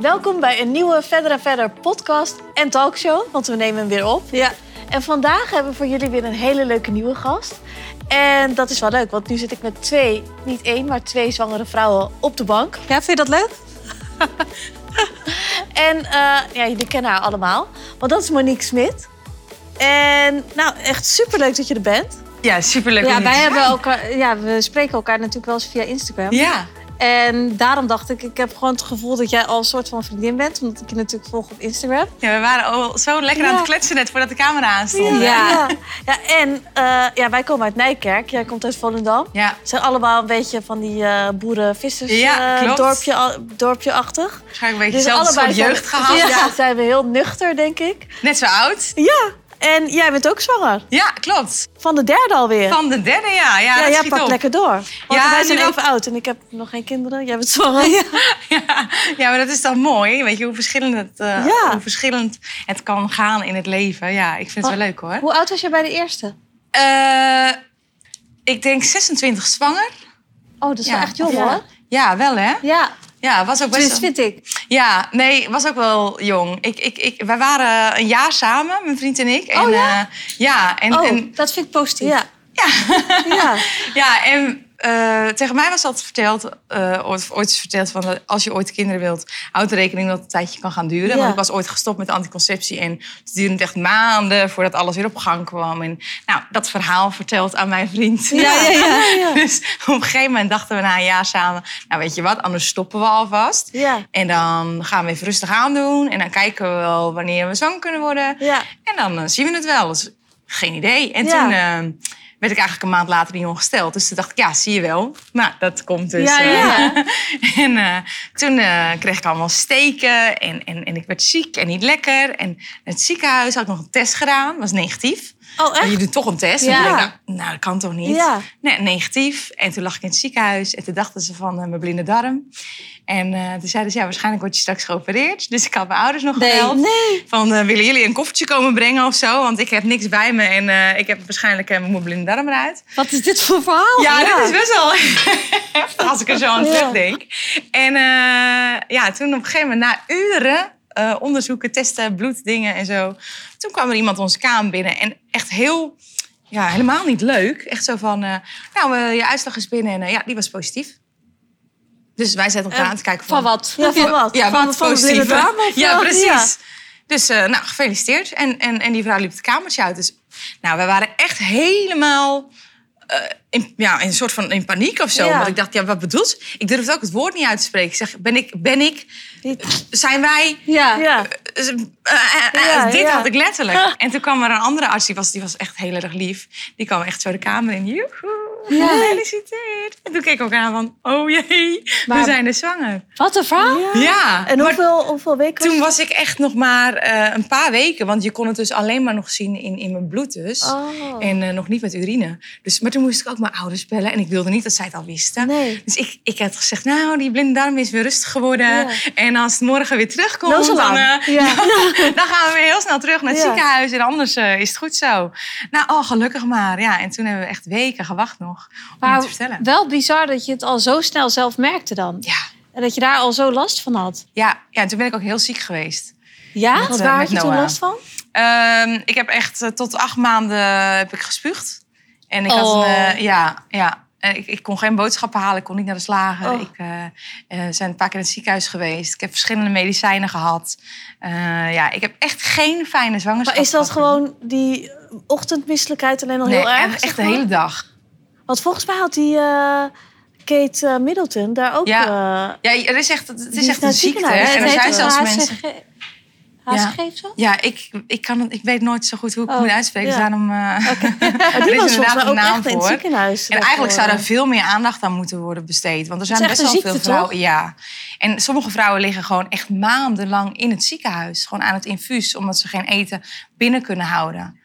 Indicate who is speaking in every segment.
Speaker 1: Welkom bij een nieuwe Verder en Verder podcast en talkshow, want we nemen hem weer op.
Speaker 2: Ja.
Speaker 1: En vandaag hebben we voor jullie weer een hele leuke nieuwe gast. En dat is wel leuk, want nu zit ik met twee, niet één, maar twee zwangere vrouwen op de bank.
Speaker 2: ja, vind je dat leuk?
Speaker 1: En eh, ja, jullie kennen haar allemaal, want dat is Monique Smit. En nou, echt superleuk dat je er bent.
Speaker 3: Ja, superleuk. om
Speaker 2: Ja,
Speaker 3: hier
Speaker 2: wij
Speaker 3: te
Speaker 2: hebben
Speaker 3: zijn.
Speaker 2: elkaar, ja, we spreken elkaar natuurlijk wel eens via Instagram.
Speaker 3: Ja,
Speaker 2: En daarom dacht ik, ik heb gewoon het gevoel dat jij al een soort van vriendin bent, omdat ik je natuurlijk volg op Instagram.
Speaker 3: ja, we waren al zo lekker aan
Speaker 2: Ja.
Speaker 3: het kletsen net voordat de camera aanstond.
Speaker 2: Ja.
Speaker 1: ja. Ja, en eh, ja, wij komen uit Nijkerk, jij komt uit Volendam.
Speaker 3: Ja,
Speaker 1: Het zijn allemaal een beetje van die eh
Speaker 3: Ja, klopt.
Speaker 1: boeren-vissers-dorpje-achtig. achtig
Speaker 3: waarschijnlijk een beetje
Speaker 2: Dus
Speaker 3: hetzelfde soort jeugd
Speaker 1: Dus zijn,
Speaker 3: gehad.
Speaker 1: Ja, zijn we heel nuchter, denk ik.
Speaker 3: Net zo oud.
Speaker 1: Ja, en jij bent ook zwanger.
Speaker 3: Ja, klopt.
Speaker 1: Van de derde alweer.
Speaker 3: Van de derde, ja. Ja,
Speaker 1: ja,
Speaker 3: dat
Speaker 1: jij
Speaker 3: schiet
Speaker 1: pakt
Speaker 3: op.
Speaker 1: lekker door. Want
Speaker 3: Ja,
Speaker 1: wij
Speaker 3: nu
Speaker 1: zijn
Speaker 3: wel-
Speaker 1: even oud en ik heb nog geen kinderen. Jij bent zwanger.
Speaker 3: Ja. ja, maar dat is dan mooi. Weet je hoe verschillend, het, eh,
Speaker 1: Ja.
Speaker 3: hoe verschillend het kan gaan in het leven. Ja, ik
Speaker 2: Oh.
Speaker 3: vind het wel leuk hoor.
Speaker 1: Hoe oud was jij bij de eerste?
Speaker 3: Eh, ik denk 26 zwanger.
Speaker 2: Oh, dat is
Speaker 3: Ja.
Speaker 2: wel echt jong
Speaker 1: Ja.
Speaker 2: hoor.
Speaker 3: Ja, wel hè?
Speaker 2: Ja,
Speaker 3: Ja, was ook best
Speaker 2: dus vind ik.
Speaker 3: Ja, nee, was ook wel jong. Ik, ik, ik, wij waren een jaar samen, mijn vriend en ik. En,
Speaker 2: Oh, ja?
Speaker 3: eh, ja, en,
Speaker 2: Oh,
Speaker 3: en,
Speaker 2: dat vind ik positief.
Speaker 1: Ja. Ja.
Speaker 3: ja, en eh, tegen mij was altijd verteld, eh, ooit, ooit is verteld van eh, als je ooit kinderen wilt, houd er rekening dat het een tijdje kan gaan duren.
Speaker 1: Ja.
Speaker 3: Want ik was ooit gestopt met anticonceptie en het duurde echt maanden voordat alles weer op gang kwam. En nou, dat verhaal verteld aan mijn vriend.
Speaker 2: Ja, ja, ja.
Speaker 3: Dus op een gegeven moment dachten we na een jaar samen, nou weet je wat, anders stoppen we alvast.
Speaker 1: Ja.
Speaker 3: En dan gaan we even rustig aan doen. En dan kijken we wel wanneer we zwanger kunnen worden.
Speaker 1: Ja.
Speaker 3: En dan eh, zien we het wel. Dus geen idee. En
Speaker 1: Ja.
Speaker 3: toen eh, werd ik eigenlijk een maand later niet ongesteld. Dus toen dacht ik, ja, zie je wel. Nou, dat komt dus.
Speaker 1: Ja,
Speaker 3: eh.
Speaker 1: ja.
Speaker 3: en eh, toen eh, kreeg ik allemaal steken. En, en, en ik werd ziek en niet lekker. En in het ziekenhuis had ik nog een test gedaan. was negatief.
Speaker 1: Oh,
Speaker 3: En
Speaker 1: echt?
Speaker 3: je doet toch een test. En
Speaker 1: Ja.
Speaker 3: ik denk, nou, nou, dat kan toch niet?
Speaker 1: Ja.
Speaker 3: Nee, negatief. En toen lag ik in het ziekenhuis. En toen dachten ze van eh, mijn blinde darm. En eh, toen zeiden ze, ja, waarschijnlijk word je straks geopereerd. Dus ik had mijn ouders nog
Speaker 2: Nee,
Speaker 3: gebeld.
Speaker 2: nee.
Speaker 3: Van, eh, willen jullie een koffertje komen brengen of zo? Want ik heb niks bij me en eh, ik heb waarschijnlijk eh, mijn blinde darm eruit.
Speaker 2: Wat is dit voor verhaal?
Speaker 3: ja, dat is best wel heftig als ik er zo aan
Speaker 1: Ja.
Speaker 3: terugdenk. En eh, ja, toen op een gegeven moment, na uren eh, onderzoeken, testen, bloeddingen en zo... toen kwam er iemand onze kamer binnen en echt heel... Ja, helemaal niet leuk. Echt zo van, eh, nou, eh, je uitslag is binnen en eh, ja, die was positief. Dus wij zaten elkaar
Speaker 1: Eh,
Speaker 3: aan te kijken van...
Speaker 2: Van wat?
Speaker 1: Ja, van wat?
Speaker 3: Ja,
Speaker 1: van,
Speaker 3: wat
Speaker 1: van de
Speaker 3: positief.
Speaker 1: blinde
Speaker 3: hè?
Speaker 1: darm of
Speaker 3: ja,
Speaker 1: wat?
Speaker 3: precies.
Speaker 1: Ja.
Speaker 3: Dus eh, nou, gefeliciteerd. En, en, en die vrouw liep het kamertje uit. Dus nou, we waren echt helemaal eh, in, ja, in een soort van in paniek of zo.
Speaker 1: Ja.
Speaker 3: Want ik dacht, ja, wat bedoelt ze? Ik durfde ook het woord niet uit te spreken. Ik zeg, ben ik, ben ik,
Speaker 1: Dit-
Speaker 3: zijn wij...
Speaker 2: Ja.
Speaker 1: Ja.
Speaker 3: eh, eh, eh,
Speaker 1: Ja,
Speaker 3: dit
Speaker 1: ja.
Speaker 3: had ik letterlijk. En toen kwam er een andere arts, die was, die was echt heel erg lief. Die kwam echt zo de kamer in. Joehoe,
Speaker 2: Ja.
Speaker 3: gefeliciteerd. En toen keek ik ook aan van, oh jee,
Speaker 2: Maar-
Speaker 3: we zijn er zwanger.
Speaker 2: Wat een verhaal?
Speaker 3: Ja.
Speaker 1: En
Speaker 3: maar-
Speaker 1: hoeveel, hoeveel weken
Speaker 3: toen was ik echt nog maar eh, een paar weken. Want je kon het dus alleen maar nog zien in, in mijn bloed dus.
Speaker 1: Oh.
Speaker 3: En eh, nog niet met urine. Dus, maar toen moest ik ook mijn ouders bellen. En ik wilde niet dat zij het al wisten.
Speaker 1: Nee.
Speaker 3: Dus ik, ik had gezegd, nou, die blinde darm is weer rustig geworden.
Speaker 1: Ja.
Speaker 3: En als het morgen weer terugkomt,
Speaker 1: Nou, zo
Speaker 3: dan,
Speaker 1: lang.
Speaker 3: eh,
Speaker 1: Ja.
Speaker 3: dan gaan we weer heel snel terug naar het
Speaker 1: Ja.
Speaker 3: ziekenhuis. En anders eh, is het goed zo. Nou, oh, gelukkig maar. Ja, en toen hebben we echt weken gewacht nog om het te
Speaker 2: Maar
Speaker 3: vertellen.
Speaker 2: wel bizar dat je het al zo snel zelf merkte dan.
Speaker 3: Ja,
Speaker 2: En dat je daar al zo last van had.
Speaker 3: ja, ja, en toen ben ik ook heel ziek geweest.
Speaker 2: Ja?
Speaker 3: Met,
Speaker 1: Want
Speaker 3: eh,
Speaker 1: waar
Speaker 3: met
Speaker 1: had je toen
Speaker 3: Noah.
Speaker 1: last van?
Speaker 3: Ehm, ik heb echt eh, tot acht maanden heb ik gespuugd. En ik had
Speaker 2: Oh.
Speaker 3: een, eh, ja, ja. En Ik, ik kon geen boodschappen halen, ik kon niet naar de slager.
Speaker 1: Oh.
Speaker 3: Ik eh, eh, zijn een paar keer in het ziekenhuis geweest. Ik heb verschillende medicijnen gehad. Eh, ja, ik heb echt geen fijne zwangerschap.
Speaker 1: Maar is dat
Speaker 3: gehad.
Speaker 1: gewoon die ochtendmisselijkheid alleen al
Speaker 3: nee,
Speaker 1: heel erg?
Speaker 3: Echt,
Speaker 1: zeg
Speaker 3: echt de
Speaker 1: maar?
Speaker 3: hele dag.
Speaker 1: Want volgens mij had die eh, Kate eh, Middleton daar ook... eh,
Speaker 3: Ja, er is echt, het
Speaker 1: is
Speaker 3: is echt
Speaker 1: naar
Speaker 3: een
Speaker 1: het
Speaker 3: ziekte.
Speaker 1: ziekenhuis.
Speaker 3: hè. En er
Speaker 1: Het
Speaker 3: zijn
Speaker 1: heet
Speaker 3: zelfs
Speaker 1: ook
Speaker 3: mensen.
Speaker 2: HCG of zo?
Speaker 3: Ja, ik, ik, kan, het- ik weet nooit zo goed hoe ik
Speaker 2: Oh,
Speaker 3: het moet uitspreken.
Speaker 1: ja. Oh.
Speaker 3: Dus daarom. eh,
Speaker 1: maar die
Speaker 3: er is
Speaker 1: was volgens
Speaker 3: inderdaad
Speaker 1: mij
Speaker 3: een
Speaker 1: ook
Speaker 3: naam
Speaker 1: echt in het
Speaker 3: voor.
Speaker 1: ziekenhuis.
Speaker 3: En eigenlijk zou
Speaker 1: daarvoor.
Speaker 3: daar veel meer aandacht aan moeten worden besteed. Want er
Speaker 2: Het
Speaker 3: zijn
Speaker 2: is
Speaker 3: best wel
Speaker 2: echt een
Speaker 3: veel
Speaker 2: ziekte, toch?
Speaker 3: vrouwen. Ja. En sommige vrouwen liggen gewoon echt maandenlang in het ziekenhuis. Gewoon aan het infuus, omdat ze geen eten binnen kunnen houden.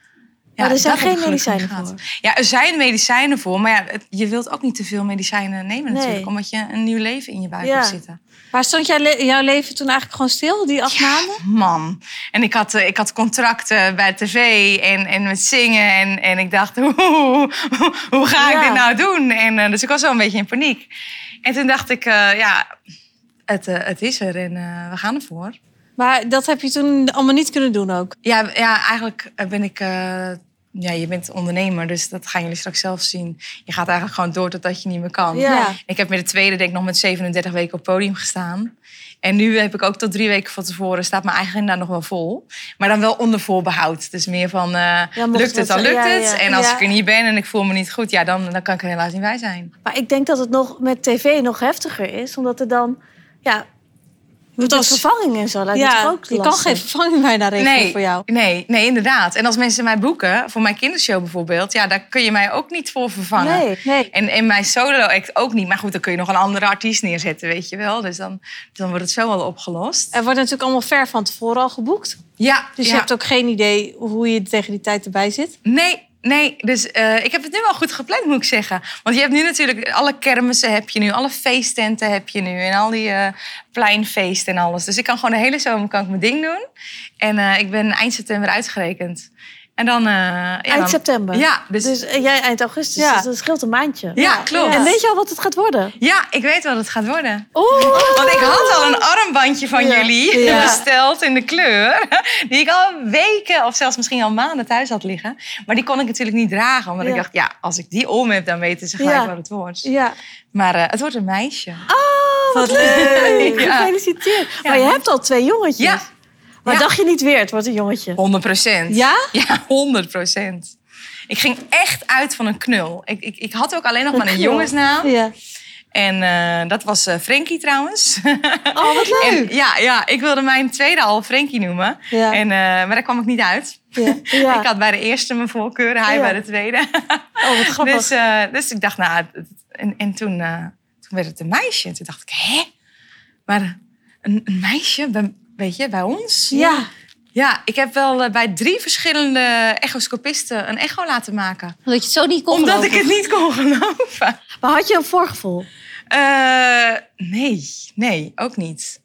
Speaker 3: Ja,
Speaker 1: Maar er zijn
Speaker 3: dat heb ik
Speaker 1: geen
Speaker 3: gelukkig
Speaker 1: medicijnen
Speaker 3: niet gehad. Ja, er zijn medicijnen voor. Maar ja, het- je wilt ook niet te veel medicijnen nemen
Speaker 1: Nee.
Speaker 3: natuurlijk. Omdat je een nieuw leven in je buik
Speaker 1: Ja.
Speaker 3: hebt zitten.
Speaker 2: Maar stond jij le- jouw leven toen eigenlijk gewoon stil, die acht maanden?
Speaker 3: Man. En ik had, eh, ik had contracten bij tv en, en met zingen. En, en ik dacht, hoe, hoe, hoe ga ik
Speaker 1: Ja.
Speaker 3: dit nou doen? En, eh, dus ik was wel een beetje in paniek. En toen dacht ik, eh, ja, het, eh, het is er en eh, we gaan ervoor.
Speaker 2: Maar dat heb je toen allemaal niet kunnen doen ook.
Speaker 3: Ja, ja eigenlijk eh, ben ik... eh, ja, je bent ondernemer, dus dat gaan jullie straks zelf zien. Je gaat eigenlijk gewoon door totdat je niet meer kan.
Speaker 2: Ja.
Speaker 3: Ik heb met de tweede denk ik nog met 37 weken op het podium gestaan. En nu heb ik ook tot drie weken van tevoren... staat mijn eigen agenda nog wel vol. Maar dan wel onder voorbehoud. Dus meer van, eh,
Speaker 2: mocht
Speaker 3: lukt het,
Speaker 2: het-
Speaker 3: dan lukt
Speaker 2: ja,
Speaker 3: het.
Speaker 2: ja.
Speaker 3: En als
Speaker 2: Ja.
Speaker 3: ik er niet ben en ik voel me niet goed... ja, dan, dan kan ik er helaas niet bij zijn.
Speaker 1: Maar ik denk dat het nog met tv nog heftiger is, omdat er dan ja,
Speaker 2: Want
Speaker 1: de
Speaker 2: als-
Speaker 1: vervanging en zo lijkt me toch
Speaker 2: ja,
Speaker 1: ook
Speaker 2: je kan
Speaker 1: lastig.
Speaker 2: geen vervanging bijna regelen
Speaker 3: nee,
Speaker 2: voor jou.
Speaker 3: Nee, nee, inderdaad. En als mensen mij boeken, voor mijn kindershow bijvoorbeeld... ja, daar kun je mij ook niet voor vervangen.
Speaker 1: Nee, nee.
Speaker 3: En, en mijn solo-act ook niet. Maar goed, dan kun je nog een andere artiest neerzetten, weet je wel. Dus dan, dan wordt het zo wel opgelost.
Speaker 2: Er wordt natuurlijk allemaal ver van tevoren al geboekt.
Speaker 3: Ja,
Speaker 2: Oh, Dus
Speaker 3: ja.
Speaker 2: je hebt ook geen idee hoe je tegen die tijd erbij zit.
Speaker 3: Nee, nee. Dus eh, ik heb het nu wel goed gepland, moet ik zeggen. Want je hebt nu natuurlijk alle kermissen heb je nu, alle feesttenten heb je nu en al die eh, pleinfeesten en alles. Dus ik kan gewoon de hele zomer kan ik mijn ding doen. En eh, ik ben eind september uitgerekend. En dan eh, ja,
Speaker 1: Eind
Speaker 3: dan-
Speaker 1: september.
Speaker 3: Ja, dus,
Speaker 1: Dus eh, jij eind augustus,
Speaker 2: Ja.
Speaker 1: dus dat scheelt een maandje.
Speaker 3: ja, klopt.
Speaker 1: En weet je al wat het gaat worden?
Speaker 3: Ja, ik weet wat het gaat worden.
Speaker 1: Oeh!
Speaker 3: Want ik had al een armbandje van
Speaker 1: Ja.
Speaker 3: jullie
Speaker 2: Ja.
Speaker 3: besteld in de kleur. Die ik al weken of zelfs misschien al maanden thuis had liggen. Maar die kon ik natuurlijk niet dragen. Omdat ik
Speaker 1: Ja.
Speaker 3: dacht, ja, als ik die om heb, dan weten ze gelijk
Speaker 1: Ja.
Speaker 3: wat het wordt.
Speaker 1: Ja.
Speaker 2: Oh,
Speaker 3: Maar eh, het wordt een meisje.
Speaker 1: Oh, wat leuk!
Speaker 3: Ja.
Speaker 1: Gefeliciteerd. Maar je
Speaker 3: dank
Speaker 1: hebt al twee jongetjes.
Speaker 3: Ja.
Speaker 1: Maar
Speaker 3: Ja.
Speaker 1: dacht je niet weer, het wordt een jongetje?
Speaker 3: 100 procent.
Speaker 2: Ja?
Speaker 3: Ja, 100 procent. Ik ging echt uit van een knul. Ik, ik, ik had ook alleen nog maar een
Speaker 1: knul.
Speaker 3: jongensnaam.
Speaker 2: Ja.
Speaker 3: En eh, dat was eh Frankie trouwens.
Speaker 2: Oh, wat leuk.
Speaker 3: En, ja, ja, ik wilde mijn tweede al Frankie noemen.
Speaker 2: Ja.
Speaker 3: En, eh, maar daar kwam ik niet uit.
Speaker 2: Ja.
Speaker 1: Ja.
Speaker 3: Ik had bij de eerste mijn voorkeur, hij
Speaker 1: Ja.
Speaker 3: bij de tweede.
Speaker 1: Oh, wat grappig.
Speaker 3: Dus, eh, dus ik dacht, nou, het- het- en, en toen, eh, toen werd het een meisje. En toen dacht ik, hè? Maar een, een meisje, bij, weet je, bij ons?
Speaker 2: Ja.
Speaker 3: Ja, ik heb wel eh, bij drie verschillende echoscopisten een echo laten maken.
Speaker 2: Omdat je het zo niet kon
Speaker 3: Omdat
Speaker 2: geloven.
Speaker 3: ik het niet kon geloven.
Speaker 1: Maar had je een voorgevoel?
Speaker 3: Eh, nee, nee, ook niet.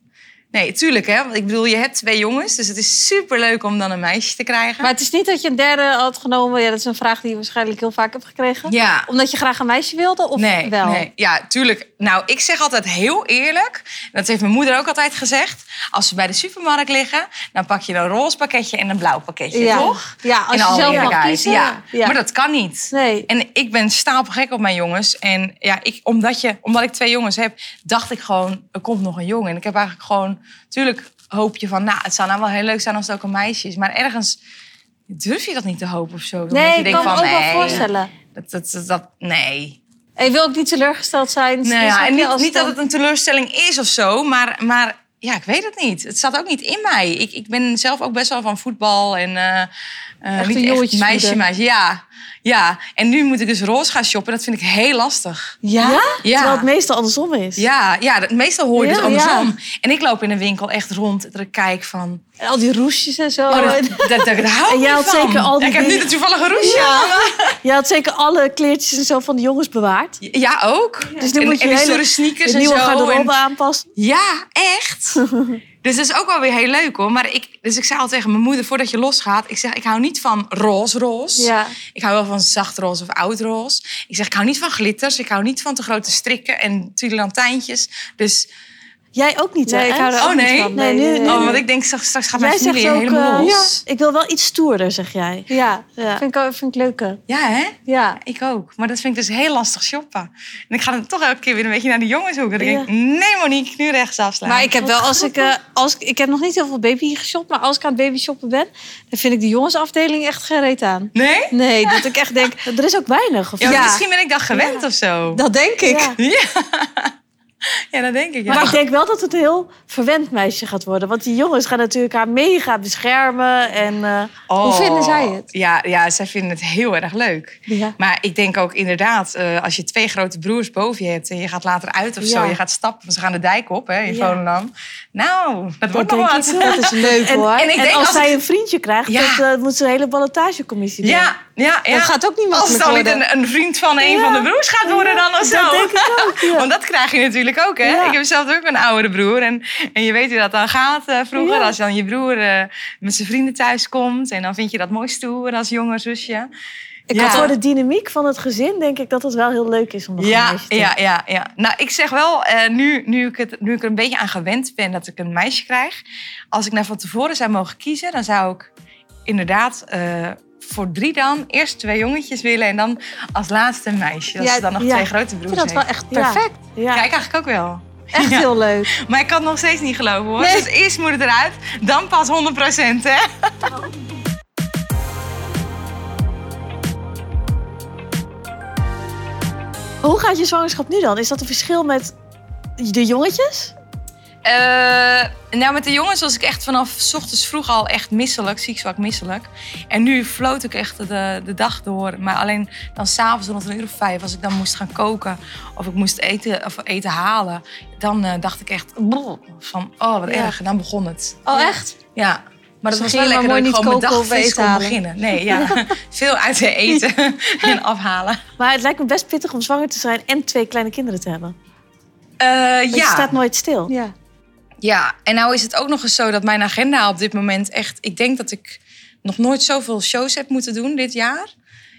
Speaker 3: Nee, tuurlijk hè. Want ik bedoel, je hebt twee jongens, dus het is superleuk om dan een meisje te krijgen.
Speaker 2: Maar het is niet dat je een derde had genomen. Ja, dat is een vraag die je waarschijnlijk heel vaak hebt gekregen.
Speaker 3: ja,
Speaker 2: Omdat je graag een meisje wilde of
Speaker 3: nee,
Speaker 2: wel?
Speaker 3: nee. Ja, tuurlijk. Nou, ik zeg altijd heel eerlijk. en Dat heeft mijn moeder ook altijd gezegd. Als we bij de supermarkt liggen, dan pak je een roze pakketje en een blauw pakketje,
Speaker 2: Ja.
Speaker 3: toch?
Speaker 2: Ja, als
Speaker 3: In
Speaker 2: je
Speaker 3: alle
Speaker 2: zelf mag
Speaker 3: eerlijkheid,
Speaker 2: kiezen.
Speaker 3: Ja.
Speaker 2: Ja.
Speaker 3: maar dat kan niet.
Speaker 2: Nee.
Speaker 3: En ik ben stapelgek op mijn jongens. En ja, ik, omdat, je, omdat ik twee jongens heb, dacht ik gewoon, er komt nog een jongen. En ik heb eigenlijk gewoon, tuurlijk hoop je van, nou, het zou nou wel heel leuk zijn als het ook een meisje is. Maar ergens durf je dat niet te hopen of zo. Omdat
Speaker 2: Nee,
Speaker 3: je
Speaker 2: ik
Speaker 3: denkt
Speaker 2: kan me ook
Speaker 3: van,
Speaker 2: wel
Speaker 3: nee,
Speaker 2: voorstellen.
Speaker 3: Dat, dat, dat, dat- nee.
Speaker 2: En je wil ook niet teleurgesteld zijn.
Speaker 3: Nou
Speaker 2: Dus
Speaker 3: ja,
Speaker 2: snap
Speaker 3: en
Speaker 2: je,
Speaker 3: niet,
Speaker 2: als
Speaker 3: niet
Speaker 2: dan-
Speaker 3: dat het een teleurstelling is of zo, maar, maar ja, ik weet het niet. Het staat ook niet in mij. Ik, ik ben zelf ook best wel van voetbal en eh, eh, niet
Speaker 2: een
Speaker 3: echt
Speaker 2: jongetjesmoeder.
Speaker 3: meisje, meisje. Ja, ja, en nu moet ik dus roze gaan shoppen. Dat vind ik heel lastig.
Speaker 2: Ja?
Speaker 3: Ja.
Speaker 1: Terwijl het meestal andersom is.
Speaker 3: Ja, ja dat, meestal hoor je
Speaker 2: Ja,
Speaker 3: dus andersom. En ik loop in een winkel echt rond en dan kijk van...
Speaker 2: En al die roesjes en zo.
Speaker 3: Oh, dat, dat, dat, dat hou ik
Speaker 1: En jij
Speaker 3: niet
Speaker 1: had
Speaker 3: van.
Speaker 1: zeker al die
Speaker 3: Ik heb nu
Speaker 1: dingen-
Speaker 3: de toevallige roesje
Speaker 1: eh, Je had zeker alle kleertjes en zo van de jongens bewaard.
Speaker 3: Ja, ook.
Speaker 1: Dus nu
Speaker 3: en,
Speaker 1: moet je
Speaker 3: en die
Speaker 1: hele-
Speaker 3: stoere sneakers
Speaker 1: de
Speaker 3: en
Speaker 1: nieuwe
Speaker 3: zo.
Speaker 1: garderobe
Speaker 3: En,
Speaker 1: aanpassen.
Speaker 3: ja, echt. dus dat is ook wel weer heel leuk hoor. Maar ik, dus ik zei al tegen mijn moeder, voordat je losgaat... Ik zeg, ik hou niet van roze roze.
Speaker 2: Ja.
Speaker 3: Ik hou wel van zacht roze of oud roze. Ik zeg, ik hou niet van glitters. Ik hou niet van te grote strikken en tierlantijntjes. Dus
Speaker 1: Jij ook niet, hè?
Speaker 2: Nee, ik hou er
Speaker 1: Ed?
Speaker 2: ook
Speaker 3: Oh,
Speaker 2: niet
Speaker 3: nee?
Speaker 2: van.
Speaker 1: Nee, nu- nu-
Speaker 3: Oh, want ik denk straks, straks gaat mijn
Speaker 1: Jij zegt
Speaker 3: familie helemaal
Speaker 1: ook, eh,
Speaker 3: los.
Speaker 1: Ik wil wel iets stoerder, zeg jij.
Speaker 2: Ja,
Speaker 1: Ja.
Speaker 2: Vind, ik, ook- vind ik leuker.
Speaker 3: ja. hè?
Speaker 2: Ja.
Speaker 3: Ik ook. Maar dat vind ik dus heel lastig shoppen. En ik ga dan toch elke keer weer een beetje naar de jongens hoeken. Dan
Speaker 1: Ja.
Speaker 3: denk ik, nee Monique, nu rechts afslaan.
Speaker 2: Maar ik heb wel, als ik, eh, als ik, ik heb nog niet heel veel baby geshopt, maar als ik aan het baby shoppen ben, dan vind ik de jongensafdeling echt gereed aan.
Speaker 3: Nee?
Speaker 2: Nee, dat ik echt denk,
Speaker 1: Er is ook weinig. Of
Speaker 3: Ja,
Speaker 1: niet?
Speaker 2: Ja.
Speaker 3: maar Misschien ben ik dan gewend of zo.
Speaker 2: dat denk ik.
Speaker 1: Ja.
Speaker 3: Ja. ja, dat denk ik. Ja.
Speaker 1: Maar ik denk wel dat het een heel verwend meisje gaat worden. Want die jongens gaan natuurlijk haar mega beschermen. En, eh,
Speaker 3: Oh.
Speaker 2: Hoe vinden zij het?
Speaker 3: Ja, ja, zij vinden het heel erg leuk.
Speaker 2: Ja.
Speaker 3: Maar ik denk ook inderdaad, eh, als je twee grote broers boven je hebt... en je gaat later uit of zo,
Speaker 1: Ja.
Speaker 3: je gaat stappen. Ze gaan de dijk op hè, in
Speaker 1: Ja.
Speaker 3: Volendam. Nou, dat,
Speaker 1: dat
Speaker 3: wordt
Speaker 1: denk
Speaker 3: nog
Speaker 1: ik
Speaker 3: wat.
Speaker 1: wel.
Speaker 2: Dat is leuk
Speaker 1: En,
Speaker 2: hoor.
Speaker 1: en,
Speaker 3: ik denk
Speaker 1: als,
Speaker 3: als
Speaker 1: zij
Speaker 3: ik-
Speaker 1: een vriendje krijgt,
Speaker 3: Ja.
Speaker 1: dat, eh, moet ze een hele ballotagecommissie doen.
Speaker 3: Ja, ja, ja.
Speaker 2: Dat gaat ook niet
Speaker 3: Als het
Speaker 2: makkelijk
Speaker 3: dan niet
Speaker 2: worden.
Speaker 3: een, een vriend van een van de broers gaat worden dan of zo.
Speaker 1: Dat denk ik ook, ja.
Speaker 3: Want dat krijg je natuurlijk ook, hè?
Speaker 1: Ja.
Speaker 3: Ik heb zelf ook een oudere broer. En, en je weet hoe dat dan gaat eh, vroeger. Als dan je broer eh, met zijn vrienden thuis komt. En dan vind je dat mooi stoer als jonger zusje.
Speaker 1: Ik
Speaker 3: Ja.
Speaker 1: had voor de dynamiek van het gezin denk ik dat het wel heel leuk is om nog een
Speaker 3: Ja,
Speaker 1: meisje te
Speaker 3: ja, ja, ja. Nou, ik zeg wel, eh, nu, nu, ik het, nu ik er een beetje aan gewend ben dat ik een meisje krijg. Als ik nou van tevoren zou mogen kiezen, dan zou ik inderdaad eh, voor drie dan eerst twee jongetjes willen en dan als laatste een meisje. Als
Speaker 2: Ja,
Speaker 3: ze dan nog
Speaker 1: ja.
Speaker 3: twee grote
Speaker 2: Ik
Speaker 3: broers
Speaker 2: vind dat wel
Speaker 3: heeft.
Speaker 2: echt
Speaker 1: Ja.
Speaker 2: perfect.
Speaker 1: Ja.
Speaker 3: Ja, ik eigenlijk ook wel.
Speaker 2: Echt heel leuk.
Speaker 3: Maar ik kan het nog steeds niet geloven hoor.
Speaker 2: Nee.
Speaker 3: Dus eerst moet het eruit, dan pas 100 hè?
Speaker 1: Hoe gaat je zwangerschap nu dan? Is dat een verschil met de jongetjes?
Speaker 3: Eh, nou, met de jongens was ik echt vanaf 's ochtends vroeg al echt misselijk, ziek, zwak, misselijk. En nu floot ik echt de, de dag door. Maar alleen dan s'avonds rond een uur of vijf, als ik dan moest gaan koken of ik moest eten, of eten halen, dan eh, dacht ik echt brrr, van, oh wat
Speaker 2: Ja.
Speaker 3: erg. En dan begon het.
Speaker 2: Oh, echt?
Speaker 3: Ja. Maar dat
Speaker 2: Dus
Speaker 3: was
Speaker 2: dan
Speaker 3: wel
Speaker 2: ging je
Speaker 3: lekker
Speaker 2: maar
Speaker 3: dat ik
Speaker 2: mooi
Speaker 3: gewoon mijn
Speaker 2: niet koken
Speaker 3: dag
Speaker 2: of
Speaker 3: fris
Speaker 2: eten
Speaker 3: kon
Speaker 2: halen.
Speaker 3: beginnen. Nee, ja. Veel uit te eten en afhalen.
Speaker 1: Maar het lijkt me best pittig om zwanger te zijn en twee kleine kinderen te hebben.
Speaker 3: Eh,
Speaker 1: Want
Speaker 3: ja.
Speaker 1: je staat nooit stil.
Speaker 2: Ja.
Speaker 3: Ja, en nou is het ook nog eens zo dat mijn agenda op dit moment echt... Ik denk dat ik nog nooit zoveel shows heb moeten doen dit jaar.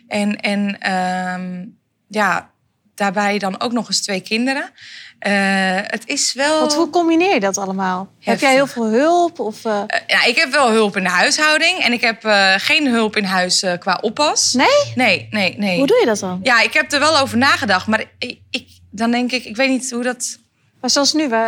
Speaker 3: En, en ehm, ja, daarbij dan ook nog eens twee kinderen. Eh, het is wel...
Speaker 2: Want hoe combineer je dat allemaal? Heb
Speaker 3: Heftig.
Speaker 2: jij heel veel hulp? Of, eh,
Speaker 3: Eh, ja, ik heb wel hulp in de huishouding. En ik heb eh, geen hulp in huis eh, qua oppas.
Speaker 2: Nee?
Speaker 3: Nee, nee, nee.
Speaker 1: Hoe doe je dat dan?
Speaker 3: Ja, ik heb er wel over nagedacht. Maar ik, ik, dan denk ik, ik weet niet hoe dat...
Speaker 2: Maar zoals nu, eh,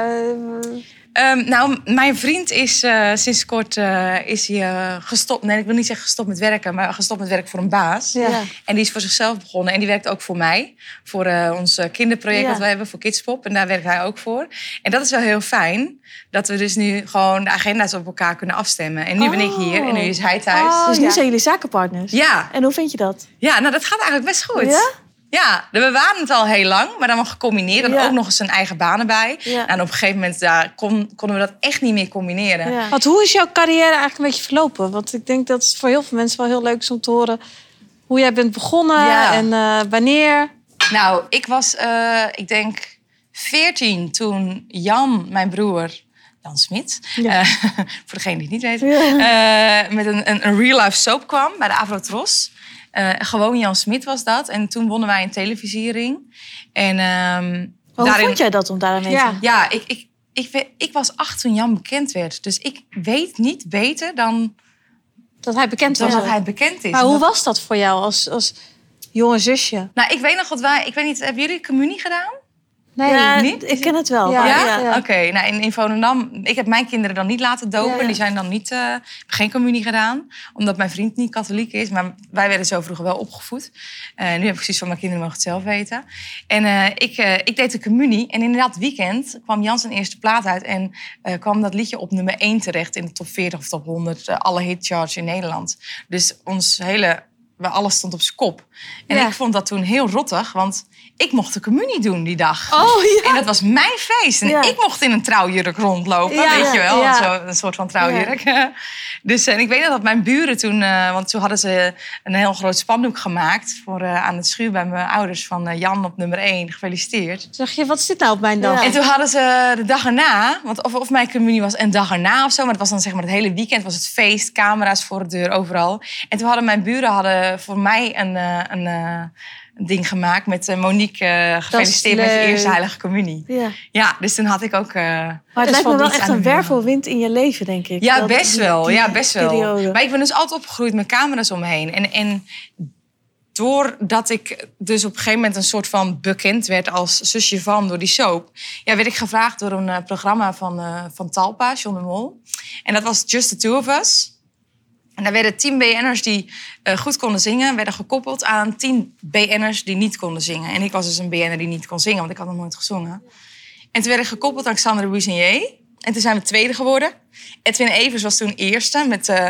Speaker 3: Ehm, nou, mijn vriend is eh, sinds kort eh, is hij, eh, gestopt. Nee, ik wil niet zeggen gestopt met werken, maar gestopt met werk voor een baas.
Speaker 2: Ja.
Speaker 3: En die is voor zichzelf begonnen en die werkt ook voor mij. Voor eh, ons eh, kinderproject
Speaker 1: Ja.
Speaker 3: dat we hebben voor Kidspop. En daar werkt hij ook voor. En dat is wel heel fijn. Dat we dus nu gewoon de agenda's op elkaar kunnen afstemmen. En nu ben ik hier en nu is hij thuis.
Speaker 2: Oh.
Speaker 1: dus nu
Speaker 2: ja.
Speaker 1: zijn jullie zakenpartners.
Speaker 3: Ja,
Speaker 1: En hoe vind je dat?
Speaker 3: ja, nou dat gaat eigenlijk best goed.
Speaker 1: Ja?
Speaker 3: Ja, we waren het al heel lang, maar dan wel gecombineerd. En
Speaker 1: Ja.
Speaker 3: ook nog eens een eigen banen bij.
Speaker 1: Ja.
Speaker 3: Nou, en op een gegeven moment daar kon, konden we dat echt niet meer combineren.
Speaker 1: Ja.
Speaker 2: Want hoe is jouw carrière eigenlijk een beetje verlopen? Want ik denk dat het voor heel veel mensen wel heel leuk is om te horen hoe jij bent begonnen
Speaker 3: Ja.
Speaker 2: en eh, wanneer.
Speaker 3: Nou, ik was, eh, ik denk, 14 toen Jan, mijn broer, Jan Smit,
Speaker 1: Ja.
Speaker 3: eh, voor degene die het niet weten, eh, met een, een, een real-life soap kwam bij de Avrotros. Eh gewoon Jan Smit was dat. En toen wonnen wij een televisiering. En ehm,
Speaker 1: Maar hoe
Speaker 3: daarin-
Speaker 1: vond jij dat om daarmee
Speaker 2: Ja.
Speaker 1: te
Speaker 3: ja, ik, ik, ik, we- ik was acht toen Jan bekend werd. Dus ik weet niet beter dan,
Speaker 2: Dat hij bekend
Speaker 3: dan
Speaker 2: was.
Speaker 3: dat hij bekend is.
Speaker 2: Maar hoe
Speaker 3: Omdat-
Speaker 2: was dat voor jou als, als jonge zusje?
Speaker 3: Nou, ik weet nog wat wij... Ik weet niet, hebben jullie communie gedaan?
Speaker 2: Nee.
Speaker 1: Ja,
Speaker 3: niet?
Speaker 1: Ik ken het wel.
Speaker 2: Ja?
Speaker 3: Ja?
Speaker 2: Ja.
Speaker 3: Oké, nou in, in Volendam... Ik heb mijn kinderen dan niet laten dopen.
Speaker 2: Ja, ja.
Speaker 3: Die zijn dan niet... eh, ik heb geen communie gedaan. Omdat mijn vriend niet katholiek is. Maar wij werden zo vroeger wel opgevoed. Eh, nu heb ik precies van mijn kinderen mogen het zelf weten. En eh, ik, eh, ik deed de communie. En inderdaad, het weekend kwam Jan zijn eerste plaat uit. En eh, kwam dat liedje op nummer 1 terecht. In de top 40 of top 100. eh, alle hitcharts in Nederland. Dus ons hele... we- Alles stond op zijn kop. En
Speaker 2: Ja.
Speaker 3: ik vond dat toen heel rottig. Want ik mocht de communie doen die dag.
Speaker 2: Oh ja.
Speaker 3: En dat was mijn feest. En
Speaker 1: Ja.
Speaker 3: ik mocht in een trouwjurk rondlopen,
Speaker 2: Ja,
Speaker 3: weet je wel.
Speaker 2: ja.
Speaker 3: Zo, een soort van trouwjurk. dus en ik weet nog dat mijn buren toen... eh, want toen hadden ze een heel groot spandoek gemaakt... Voor, eh, aan het schuur bij mijn ouders van eh, Jan op nummer 1. Gefeliciteerd.
Speaker 2: Zeg je, wat is dit nou op mijn dag?
Speaker 1: Ja.
Speaker 3: En toen hadden ze de dag erna, want of, of mijn communie was een dag erna of zo, maar het was dan zeg maar het hele weekend, was het feest, camera's voor de deur, overal. En toen hadden mijn buren hadden voor mij een, eh, een, eh, een ding gemaakt met eh, Monique, eh, gefeliciteerd met je
Speaker 2: leuk.
Speaker 3: eerste heilige communie.
Speaker 1: Ja.
Speaker 3: Ja, dus toen had ik ook... eh,
Speaker 1: Maar het
Speaker 2: Dus
Speaker 1: lijkt me
Speaker 2: valt
Speaker 1: wel
Speaker 2: iets
Speaker 1: echt
Speaker 3: aan
Speaker 1: een
Speaker 3: de muur.
Speaker 1: wervelwind in je leven, denk ik.
Speaker 3: ja,
Speaker 1: Dat-
Speaker 3: best wel.
Speaker 1: die
Speaker 3: Ja, best wel.
Speaker 1: periode.
Speaker 3: Maar ik ben dus altijd opgegroeid met camera's omheen. En, en doordat ik dus op een gegeven moment een soort van bekend werd als zusje van door die soap, ja, werd ik gevraagd door een eh, programma van, eh, van Talpa, John de Mol. En dat was Just the Two of Us. En daar werden tien BN'ers die eh, goed konden zingen, werden gekoppeld aan tien BN'ers die niet konden zingen. En ik was dus een BN'er die niet kon zingen, want ik had nog nooit gezongen. En toen werd ik gekoppeld aan Xandra Boussignier. En toen zijn we tweede geworden. Edwin Evers was toen eerste met eh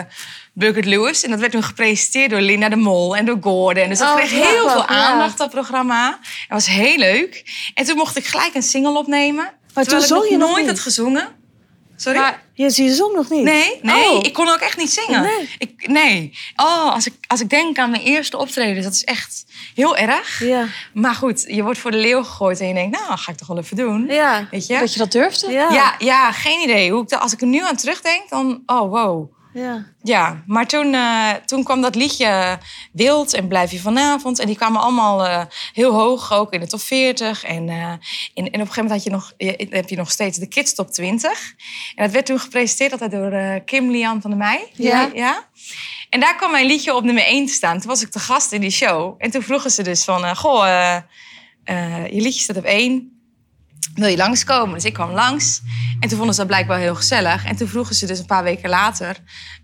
Speaker 3: Bucket Lewis. En dat werd toen gepresenteerd door Linda de Mol en door Gordon. Dus dat
Speaker 2: Oh,
Speaker 3: kreeg
Speaker 2: wat
Speaker 3: heel
Speaker 2: grappig,
Speaker 3: veel
Speaker 2: ja.
Speaker 3: aandacht, dat programma. Het was heel leuk. En toen mocht ik gelijk een single opnemen. Maar
Speaker 1: toen
Speaker 3: terwijl
Speaker 1: zong
Speaker 3: ik
Speaker 1: je nog
Speaker 3: nog nooit
Speaker 1: niet.
Speaker 3: had gezongen. Sorry?
Speaker 2: Maar
Speaker 1: Je, je zong nog niet.
Speaker 3: Nee, nee
Speaker 1: Oh.
Speaker 3: ik kon ook echt niet zingen.
Speaker 1: Nee.
Speaker 3: Ik, nee. Oh, als ik, als ik denk aan mijn eerste optreden, dat is echt heel erg.
Speaker 1: Ja.
Speaker 3: Maar goed, je wordt voor de leeuw gegooid en je denkt, nou, ga ik toch wel even doen.
Speaker 1: Ja.
Speaker 3: Weet je?
Speaker 2: dat je dat durfde?
Speaker 1: Ja.
Speaker 3: Ja, ja, geen idee. Hoe ik da- als ik er nu aan terugdenk, dan, oh wow.
Speaker 2: Ja.
Speaker 3: Ja, maar toen, eh, toen kwam dat liedje Wild en Blijf je vanavond. En die kwamen allemaal eh, heel hoog, ook in de top 40. En, eh, en, en op een gegeven moment had je nog, je, heb je nog steeds de Kids Top 20. En dat werd toen gepresenteerd altijd door eh, Kim Lian van der Meij.
Speaker 2: Ja.
Speaker 3: ja. En daar kwam mijn liedje op nummer 1 te staan. Toen was ik te gast in die show. En toen vroegen ze dus van, eh, goh, eh, eh, je liedje staat op één. Wil je langskomen? Dus ik kwam langs. En toen vonden ze dat blijkbaar heel gezellig. En toen vroegen ze dus een paar weken later...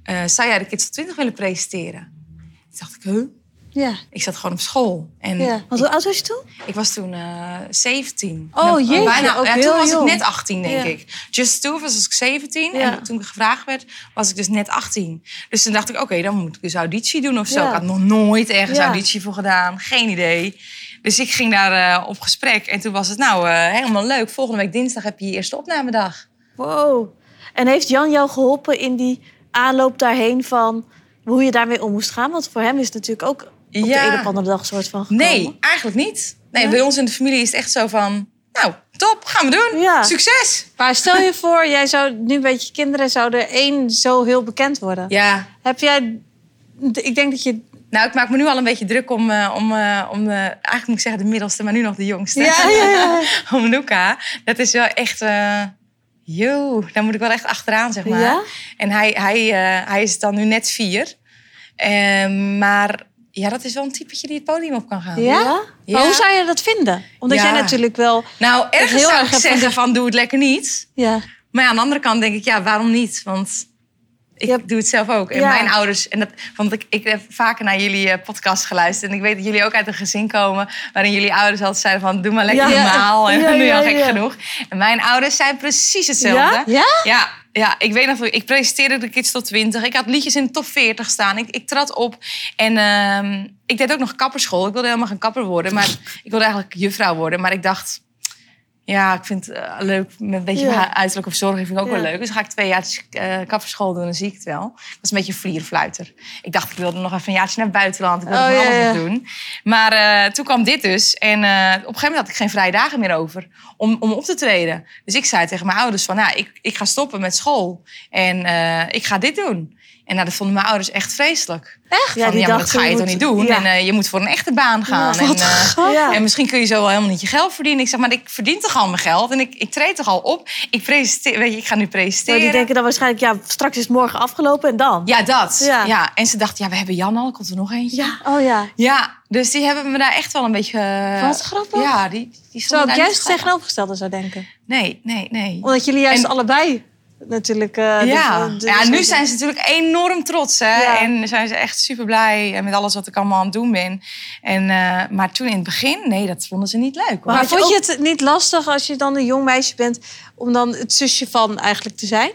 Speaker 3: eh, zou jij de Kids tot 20 willen presenteren? Toen dacht ik, huh?
Speaker 2: Ja.
Speaker 3: Ik zat gewoon op school. En
Speaker 2: ja. Want hoe oud was je toen?
Speaker 3: ik was toen eh 17.
Speaker 2: Oh,
Speaker 3: Nou,
Speaker 2: jeetje,
Speaker 3: Bijna,
Speaker 2: ook
Speaker 3: ja,
Speaker 2: heel
Speaker 3: toen was
Speaker 2: jong.
Speaker 3: ik net 18, denk
Speaker 2: Ja.
Speaker 3: ik. Just Two was als ik 17.
Speaker 2: Ja.
Speaker 3: En toen ik gevraagd werd, was ik dus net 18. Dus toen dacht ik, oké, dan moet ik dus auditie doen of zo.
Speaker 2: Ja.
Speaker 3: Ik had nog nooit ergens
Speaker 2: Ja.
Speaker 3: auditie voor gedaan. Geen idee. Dus ik ging daar eh, op gesprek. En toen was het nou eh, helemaal leuk. Volgende week dinsdag heb je je eerste opnamedag.
Speaker 1: Wow. En heeft Jan jou geholpen in die aanloop daarheen van hoe je daarmee om moest gaan? Want voor hem is het natuurlijk ook op de een of andere dag een soort van gekomen.
Speaker 3: Nee, eigenlijk niet. Nee,
Speaker 1: Ja.
Speaker 3: bij ons in de familie is het echt zo van... Nou, top, gaan we doen.
Speaker 1: Ja.
Speaker 3: Succes!
Speaker 2: Maar stel je voor, jij zou nu een beetje kinderen zouden één zo heel bekend worden.
Speaker 3: Ja,
Speaker 2: Heb jij. Ik denk dat je.
Speaker 3: Nou, ik maak me nu al een beetje druk om, eh, om, eh, om eh, eigenlijk moet ik zeggen de middelste, maar nu nog de jongste.
Speaker 2: ja.
Speaker 3: om Luca. Dat is wel echt, eh yo, daar moet ik wel echt achteraan, zeg maar.
Speaker 1: Ja?
Speaker 3: En hij, hij, eh, hij is dan nu net vier. Eh, maar ja, dat is wel een typetje die het podium op kan gaan.
Speaker 2: Ja?
Speaker 3: Ja.
Speaker 2: Maar hoe zou je dat vinden? Omdat
Speaker 3: Ja.
Speaker 2: jij natuurlijk wel.
Speaker 3: Nou, ergens
Speaker 2: heel
Speaker 3: zou
Speaker 2: erg
Speaker 3: ik zeggen van doe het lekker niet.
Speaker 2: Ja.
Speaker 3: Maar ja, aan de andere kant denk ik, ja, waarom niet? Want ik
Speaker 1: Ja.
Speaker 3: doe het zelf ook. En
Speaker 1: Ja.
Speaker 3: mijn ouders, en dat, want ik, ik heb vaker naar jullie eh, podcast geluisterd. En ik weet dat jullie ook uit een gezin komen waarin jullie ouders altijd zeiden van... doe maar lekker
Speaker 1: Ja.
Speaker 3: normaal en
Speaker 1: Ja,
Speaker 3: nu
Speaker 1: ja,
Speaker 3: al gek
Speaker 1: ja.
Speaker 3: genoeg. En mijn ouders zijn precies hetzelfde.
Speaker 2: Ja?
Speaker 3: Ja, ja, ik weet nog, ik presenteerde de Kids tot 20. Ik had liedjes in de top 40 staan. Ik, ik trad op en ehm, ik deed ook nog kapperschool. Ik wilde helemaal geen kapper worden, maar ik wilde eigenlijk juffrouw worden. Maar ik dacht, ja, ik vind het eh, leuk met een beetje
Speaker 1: Ja.
Speaker 3: mijn uiterlijke verzorging vind ik ook
Speaker 1: Ja.
Speaker 3: wel leuk. Dus ga ik twee jaar eh, kapperschool doen, dan zie ik het wel. Ik was een beetje een vlierfluiter. Ik dacht, ik wilde nog even een jaartje naar het buitenland. Ik wilde
Speaker 2: Oh,
Speaker 3: van
Speaker 2: ja,
Speaker 3: alles
Speaker 2: ja.
Speaker 3: nog doen. Maar eh, toen kwam dit dus. En eh, op een gegeven moment had ik geen vrije dagen meer over om, om op te treden. Dus ik zei tegen mijn ouders van, nou, ik, ik ga stoppen met school. En eh, ik ga dit doen. En nou, dat vonden mijn ouders echt vreselijk. Echt?
Speaker 1: Ja,
Speaker 3: Ja,
Speaker 1: die
Speaker 3: ja maar dat
Speaker 1: dachten,
Speaker 3: ga je
Speaker 1: je
Speaker 3: toch
Speaker 1: moet-
Speaker 3: niet doen?
Speaker 1: ja.
Speaker 3: En eh, je moet voor een echte baan gaan. en,
Speaker 2: Wat
Speaker 3: eh,
Speaker 1: Ja.
Speaker 3: en misschien kun je zo wel helemaal niet je geld verdienen. Ik zeg, maar ik verdien toch al mijn geld en ik, ik treed toch al op. Ik, presenteer, weet je, ik ga
Speaker 2: Oh,
Speaker 3: nu
Speaker 1: Maar
Speaker 3: presenteren.
Speaker 1: die denken dan waarschijnlijk, ja, straks is morgen afgelopen en dan.
Speaker 3: Ja, dat.
Speaker 1: Ja.
Speaker 3: Ja. En ze dachten, ja, we hebben Jan al, komt er nog eentje.
Speaker 1: Ja, oh ja.
Speaker 3: Ja, dus die hebben me daar echt wel een beetje... eh,
Speaker 2: Wat grappig.
Speaker 3: Ja, die, die stonden
Speaker 2: Terwijl ik
Speaker 3: daar niet
Speaker 2: juist Oh,
Speaker 3: scherp.
Speaker 2: tegenovergestelde zou denken.
Speaker 3: Nee, nee, nee.
Speaker 2: Omdat jullie juist
Speaker 3: En-
Speaker 2: allebei natuurlijk. eh,
Speaker 3: ja.
Speaker 2: de- de-
Speaker 3: ja,
Speaker 2: de-
Speaker 3: nu zijn ze natuurlijk enorm trots. Hè?
Speaker 2: Ja.
Speaker 3: En zijn ze echt super blij met alles wat ik allemaal aan het doen ben. En, eh, maar toen in het begin, nee, dat vonden ze niet leuk. Hoor.
Speaker 2: Maar
Speaker 1: Had je
Speaker 2: vond je
Speaker 1: ook-
Speaker 2: het niet lastig als je dan een jong meisje bent om dan het zusje van eigenlijk te zijn?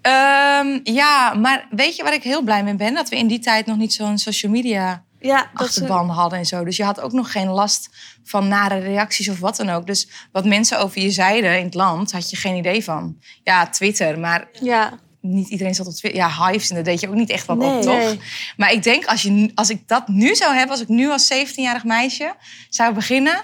Speaker 3: Ehm, ja, maar weet je waar ik heel blij mee ben? Dat we in die tijd nog niet zo'n social media
Speaker 1: Ja, dat eh, ze-
Speaker 3: achterban hadden en zo. Dus je had ook nog geen last van nare reacties of wat dan ook. Dus wat mensen over je zeiden in het land, had je geen idee van. Ja, Twitter, maar
Speaker 2: Ja.
Speaker 3: niet iedereen zat op Twitter. Ja, hives, en daar deed je ook niet echt wat
Speaker 1: Nee.
Speaker 3: op, toch?
Speaker 2: Nee.
Speaker 3: Maar ik denk, als, je, nu- als ik dat nu zou hebben, als ik nu als 17-jarig meisje zou beginnen...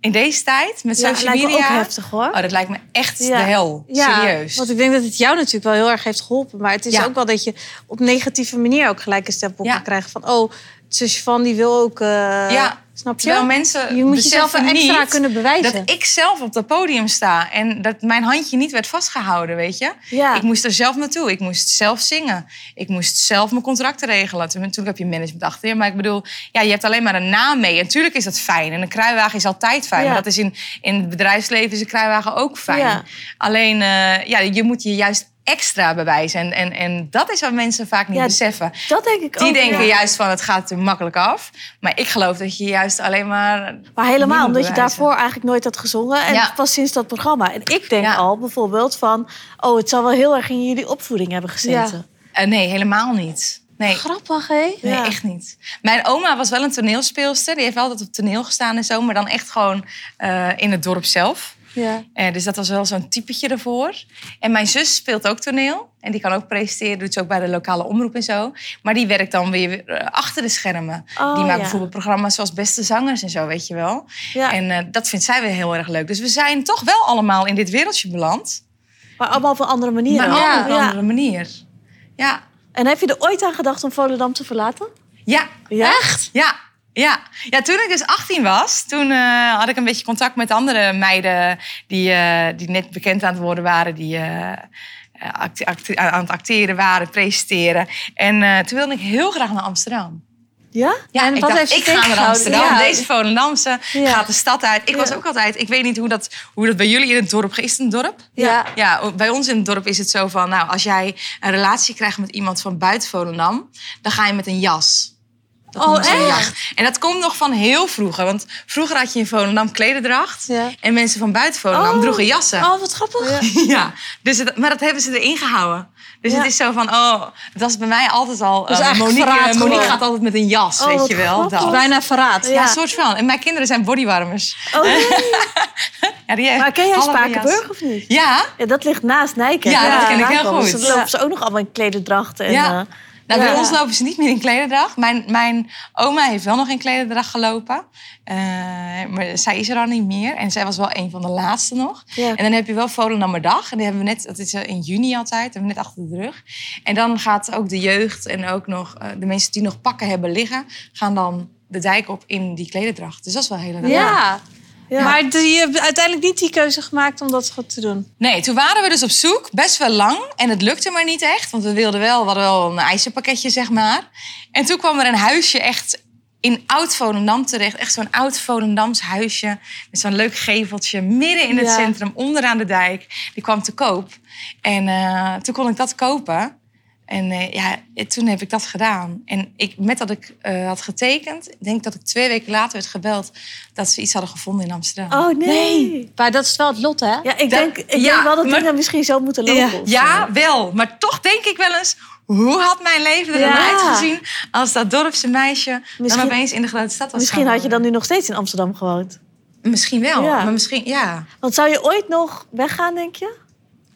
Speaker 3: in deze tijd, met
Speaker 1: ja,
Speaker 3: social
Speaker 1: lijkt me
Speaker 3: media...
Speaker 1: ook heftig hoor.
Speaker 3: Oh, dat lijkt me echt
Speaker 1: Ja.
Speaker 3: de hel.
Speaker 2: Ja,
Speaker 3: Serieus.
Speaker 2: Want ik denk dat het jou natuurlijk wel heel erg heeft geholpen. Maar het is
Speaker 3: Ja.
Speaker 2: ook wel dat je op negatieve manier ook gelijk een stempel
Speaker 3: Ja.
Speaker 2: kan krijgen. Van, oh, het zusje van die wil ook... eh,
Speaker 3: Ja,
Speaker 2: Snap
Speaker 3: Terwijl
Speaker 2: je?
Speaker 3: mensen
Speaker 2: Je moet
Speaker 3: beseffen
Speaker 2: jezelf wel extra
Speaker 3: niet
Speaker 2: kunnen bewijzen.
Speaker 3: dat ik zelf op dat podium sta en dat mijn handje niet werd vastgehouden, weet je.
Speaker 1: Ja.
Speaker 3: Ik moest er zelf naartoe. Ik moest zelf zingen. Ik moest zelf mijn contracten regelen. Toen- Natuurlijk heb je management achter je. Maar ik bedoel, ja, je hebt alleen maar een naam mee. En natuurlijk is dat fijn. En een kruiwagen is altijd fijn.
Speaker 1: Ja.
Speaker 3: Maar dat is in, in het bedrijfsleven is een kruiwagen ook fijn.
Speaker 1: Ja.
Speaker 3: Alleen, eh, ja, je moet je juist extra bewijzen. En, en, en dat is wat mensen vaak niet
Speaker 1: Ja,
Speaker 3: beseffen.
Speaker 1: Dat denk ik
Speaker 3: Die
Speaker 1: ook.
Speaker 3: denken
Speaker 1: ja.
Speaker 3: juist van het gaat er makkelijk af. Maar ik geloof dat je juist alleen maar.
Speaker 1: Maar helemaal,
Speaker 3: Niemand
Speaker 1: omdat je
Speaker 3: bewijzen.
Speaker 1: daarvoor eigenlijk nooit had gezongen. En
Speaker 3: Ja.
Speaker 1: pas sinds dat programma. En ik denk
Speaker 3: Ja.
Speaker 1: al bijvoorbeeld van... oh, het zal wel heel erg in jullie opvoeding hebben gezeten.
Speaker 3: Eh, nee, helemaal niet. Nee.
Speaker 2: Grappig, hè?
Speaker 3: Nee,
Speaker 1: Ja.
Speaker 3: echt niet. Mijn oma was wel een toneelspeelster. Die heeft wel altijd op toneel gestaan en zo. Maar dan echt gewoon eh, in het dorp zelf.
Speaker 2: Ja.
Speaker 3: Eh, dus dat was wel zo'n typetje ervoor. En mijn zus speelt ook toneel. En die kan ook presteren. Doet ze ook bij de lokale omroep en zo. Maar die werkt dan weer eh, achter de schermen.
Speaker 1: Oh,
Speaker 3: die maakt
Speaker 1: ja.
Speaker 3: bijvoorbeeld programma's zoals Beste Zangers en zo, weet je wel.
Speaker 1: Ja.
Speaker 3: En eh, dat vindt zij weer heel erg leuk. Dus we zijn toch wel allemaal in dit wereldje beland.
Speaker 1: Maar allemaal op een andere manier.
Speaker 3: Maar
Speaker 1: ook.
Speaker 3: allemaal op
Speaker 1: Ja.
Speaker 3: een andere manier. Ja,
Speaker 1: En heb je er ooit aan gedacht om Volendam te verlaten?
Speaker 3: Ja,
Speaker 1: Ja?
Speaker 3: Ja, ja. ja, toen ik dus 18 was, toen eh, had ik een beetje contact met andere meiden die, eh, die net bekend aan het worden waren, die eh, eh, acte- acte- aan het acteren waren, presenteren. En eh, toen wilde ik heel graag naar Amsterdam.
Speaker 1: Ja?
Speaker 3: Ja,
Speaker 2: en
Speaker 3: ik
Speaker 2: wat
Speaker 3: dacht,
Speaker 2: heeft je
Speaker 3: ik ga naar
Speaker 2: tegengehouden?
Speaker 3: Amsterdam.
Speaker 2: Ja.
Speaker 3: Deze Volendamse
Speaker 1: Ja.
Speaker 3: gaat de stad uit. Ik was ook altijd, ik weet niet hoe dat, hoe dat bij jullie in het dorp is. het een dorp?
Speaker 1: Ja.
Speaker 3: Ja, bij ons in het dorp is het zo van, nou, als jij een relatie krijgt met iemand van buiten Volendam, dan ga je met een jas. Dat noemen ze een jas. En dat komt nog van heel vroeger. Want vroeger had je in Volendam klederdracht.
Speaker 1: Ja.
Speaker 3: En mensen van buiten Volendam
Speaker 1: Oh.
Speaker 3: droegen jassen.
Speaker 1: Oh, wat grappig. Ja.
Speaker 3: Ja, dus het- maar dat hebben ze erin gehouden. Dus
Speaker 1: Ja. Dus
Speaker 3: het is zo van, oh, dat is bij mij altijd al...
Speaker 2: is
Speaker 3: eh,
Speaker 2: eigenlijk
Speaker 3: Monique,
Speaker 2: verraad
Speaker 3: eh, Monique
Speaker 2: geworden.
Speaker 3: gaat altijd met een jas,
Speaker 1: Oh,
Speaker 3: weet
Speaker 1: wat
Speaker 3: je wel.
Speaker 1: grappig.
Speaker 3: dat.
Speaker 2: Bijna verraad.
Speaker 3: Ja,
Speaker 1: Ja.
Speaker 3: een soort van. En mijn kinderen zijn bodywarmers.
Speaker 1: Oh, nee.
Speaker 3: Ja, die
Speaker 1: Maar ken jij
Speaker 3: allebei
Speaker 1: Spakenburg
Speaker 3: jas.
Speaker 1: of niet?
Speaker 3: Ja,
Speaker 1: Ja, dat ligt naast Nijkerk.
Speaker 3: Ja, dat ken ik heel
Speaker 1: Nijkerk. Dus
Speaker 3: goed.
Speaker 1: dan lopen ze ook nog allemaal in klederdrachten. En, eh,
Speaker 3: Ja.
Speaker 1: ja.
Speaker 3: nou, bij
Speaker 1: Ja.
Speaker 3: ons lopen ze niet meer in klederdracht. Mijn, mijn oma heeft wel nog in klederdracht gelopen. Eh, maar zij is er al niet meer. En zij was wel een van de laatste nog.
Speaker 1: Ja.
Speaker 3: En dan heb je wel Volendammerdag. En die hebben we net, dat is eh, in juni altijd, hebben we net achter de rug. En dan gaat ook de jeugd en ook nog eh, de mensen die nog pakken hebben liggen... gaan dan de dijk op in die klederdracht. Dus dat is wel heel erg leuk.
Speaker 2: Ja.
Speaker 1: Ja.
Speaker 2: Maar die, je hebt uiteindelijk niet die keuze gemaakt om dat goed te doen.
Speaker 3: Nee, toen waren we dus op zoek, best wel lang. En het lukte maar niet echt, want we wilden wel, we hadden wel een ijzerpakketje, zeg maar. En toen kwam er een huisje echt in Oud-Volendam terecht. Echt zo'n Oud-Volendams huisje met zo'n leuk geveltje midden in het
Speaker 1: Ja.
Speaker 3: centrum, onderaan de dijk. Die kwam te koop. En eh, toen kon ik dat kopen. En eh, ja, toen heb ik dat gedaan. En ik, met dat ik eh, had getekend, denk ik dat ik twee weken later werd gebeld... dat ze iets hadden gevonden in Amsterdam.
Speaker 1: Oh, nee.
Speaker 2: Maar dat is wel het lot, hè?
Speaker 1: Ja, ik
Speaker 3: Dat-
Speaker 1: denk, ik
Speaker 3: ja,
Speaker 1: denk wel dat
Speaker 3: maar-
Speaker 1: dingen misschien zo moeten lopen.
Speaker 2: Ja.
Speaker 1: of zo.
Speaker 3: Ja, wel. Maar toch denk ik wel eens... hoe had mijn leven er dan
Speaker 1: Ja.
Speaker 3: uitgezien... als dat dorpse meisje
Speaker 1: Misschien-
Speaker 3: dan opeens in de grote stad was
Speaker 1: Misschien
Speaker 3: gaan
Speaker 1: had je dan
Speaker 3: wonen.
Speaker 1: nu nog steeds in Amsterdam gewoond.
Speaker 3: Misschien wel,
Speaker 1: Ja.
Speaker 3: maar misschien... Ja.
Speaker 1: Want zou je ooit nog weggaan, denk je?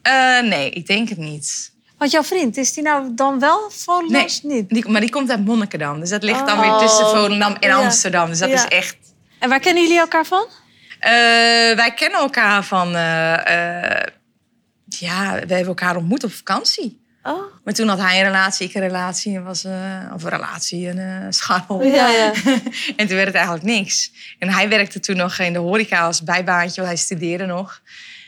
Speaker 3: Eh, nee, ik denk het niet.
Speaker 2: Want jouw vriend, is die nou dan wel Volendams niet?
Speaker 3: Die, maar die komt uit Monnikendam. Dus dat ligt dan
Speaker 1: Oh.
Speaker 3: weer tussen Volendam en
Speaker 1: Ja.
Speaker 3: Amsterdam. Dus dat
Speaker 1: Ja.
Speaker 3: is echt...
Speaker 2: En waar kennen jullie elkaar van?
Speaker 3: Eh, wij kennen elkaar van... eh, eh, ja, we hebben elkaar ontmoet op vakantie.
Speaker 1: Oh,
Speaker 3: Maar toen had hij een relatie, ik een relatie. En was, eh, of een relatie, een eh scharrel.
Speaker 1: ja, ja.
Speaker 3: en toen werd het eigenlijk niks. En hij werkte toen nog in de horeca als bijbaantje, want hij studeerde nog.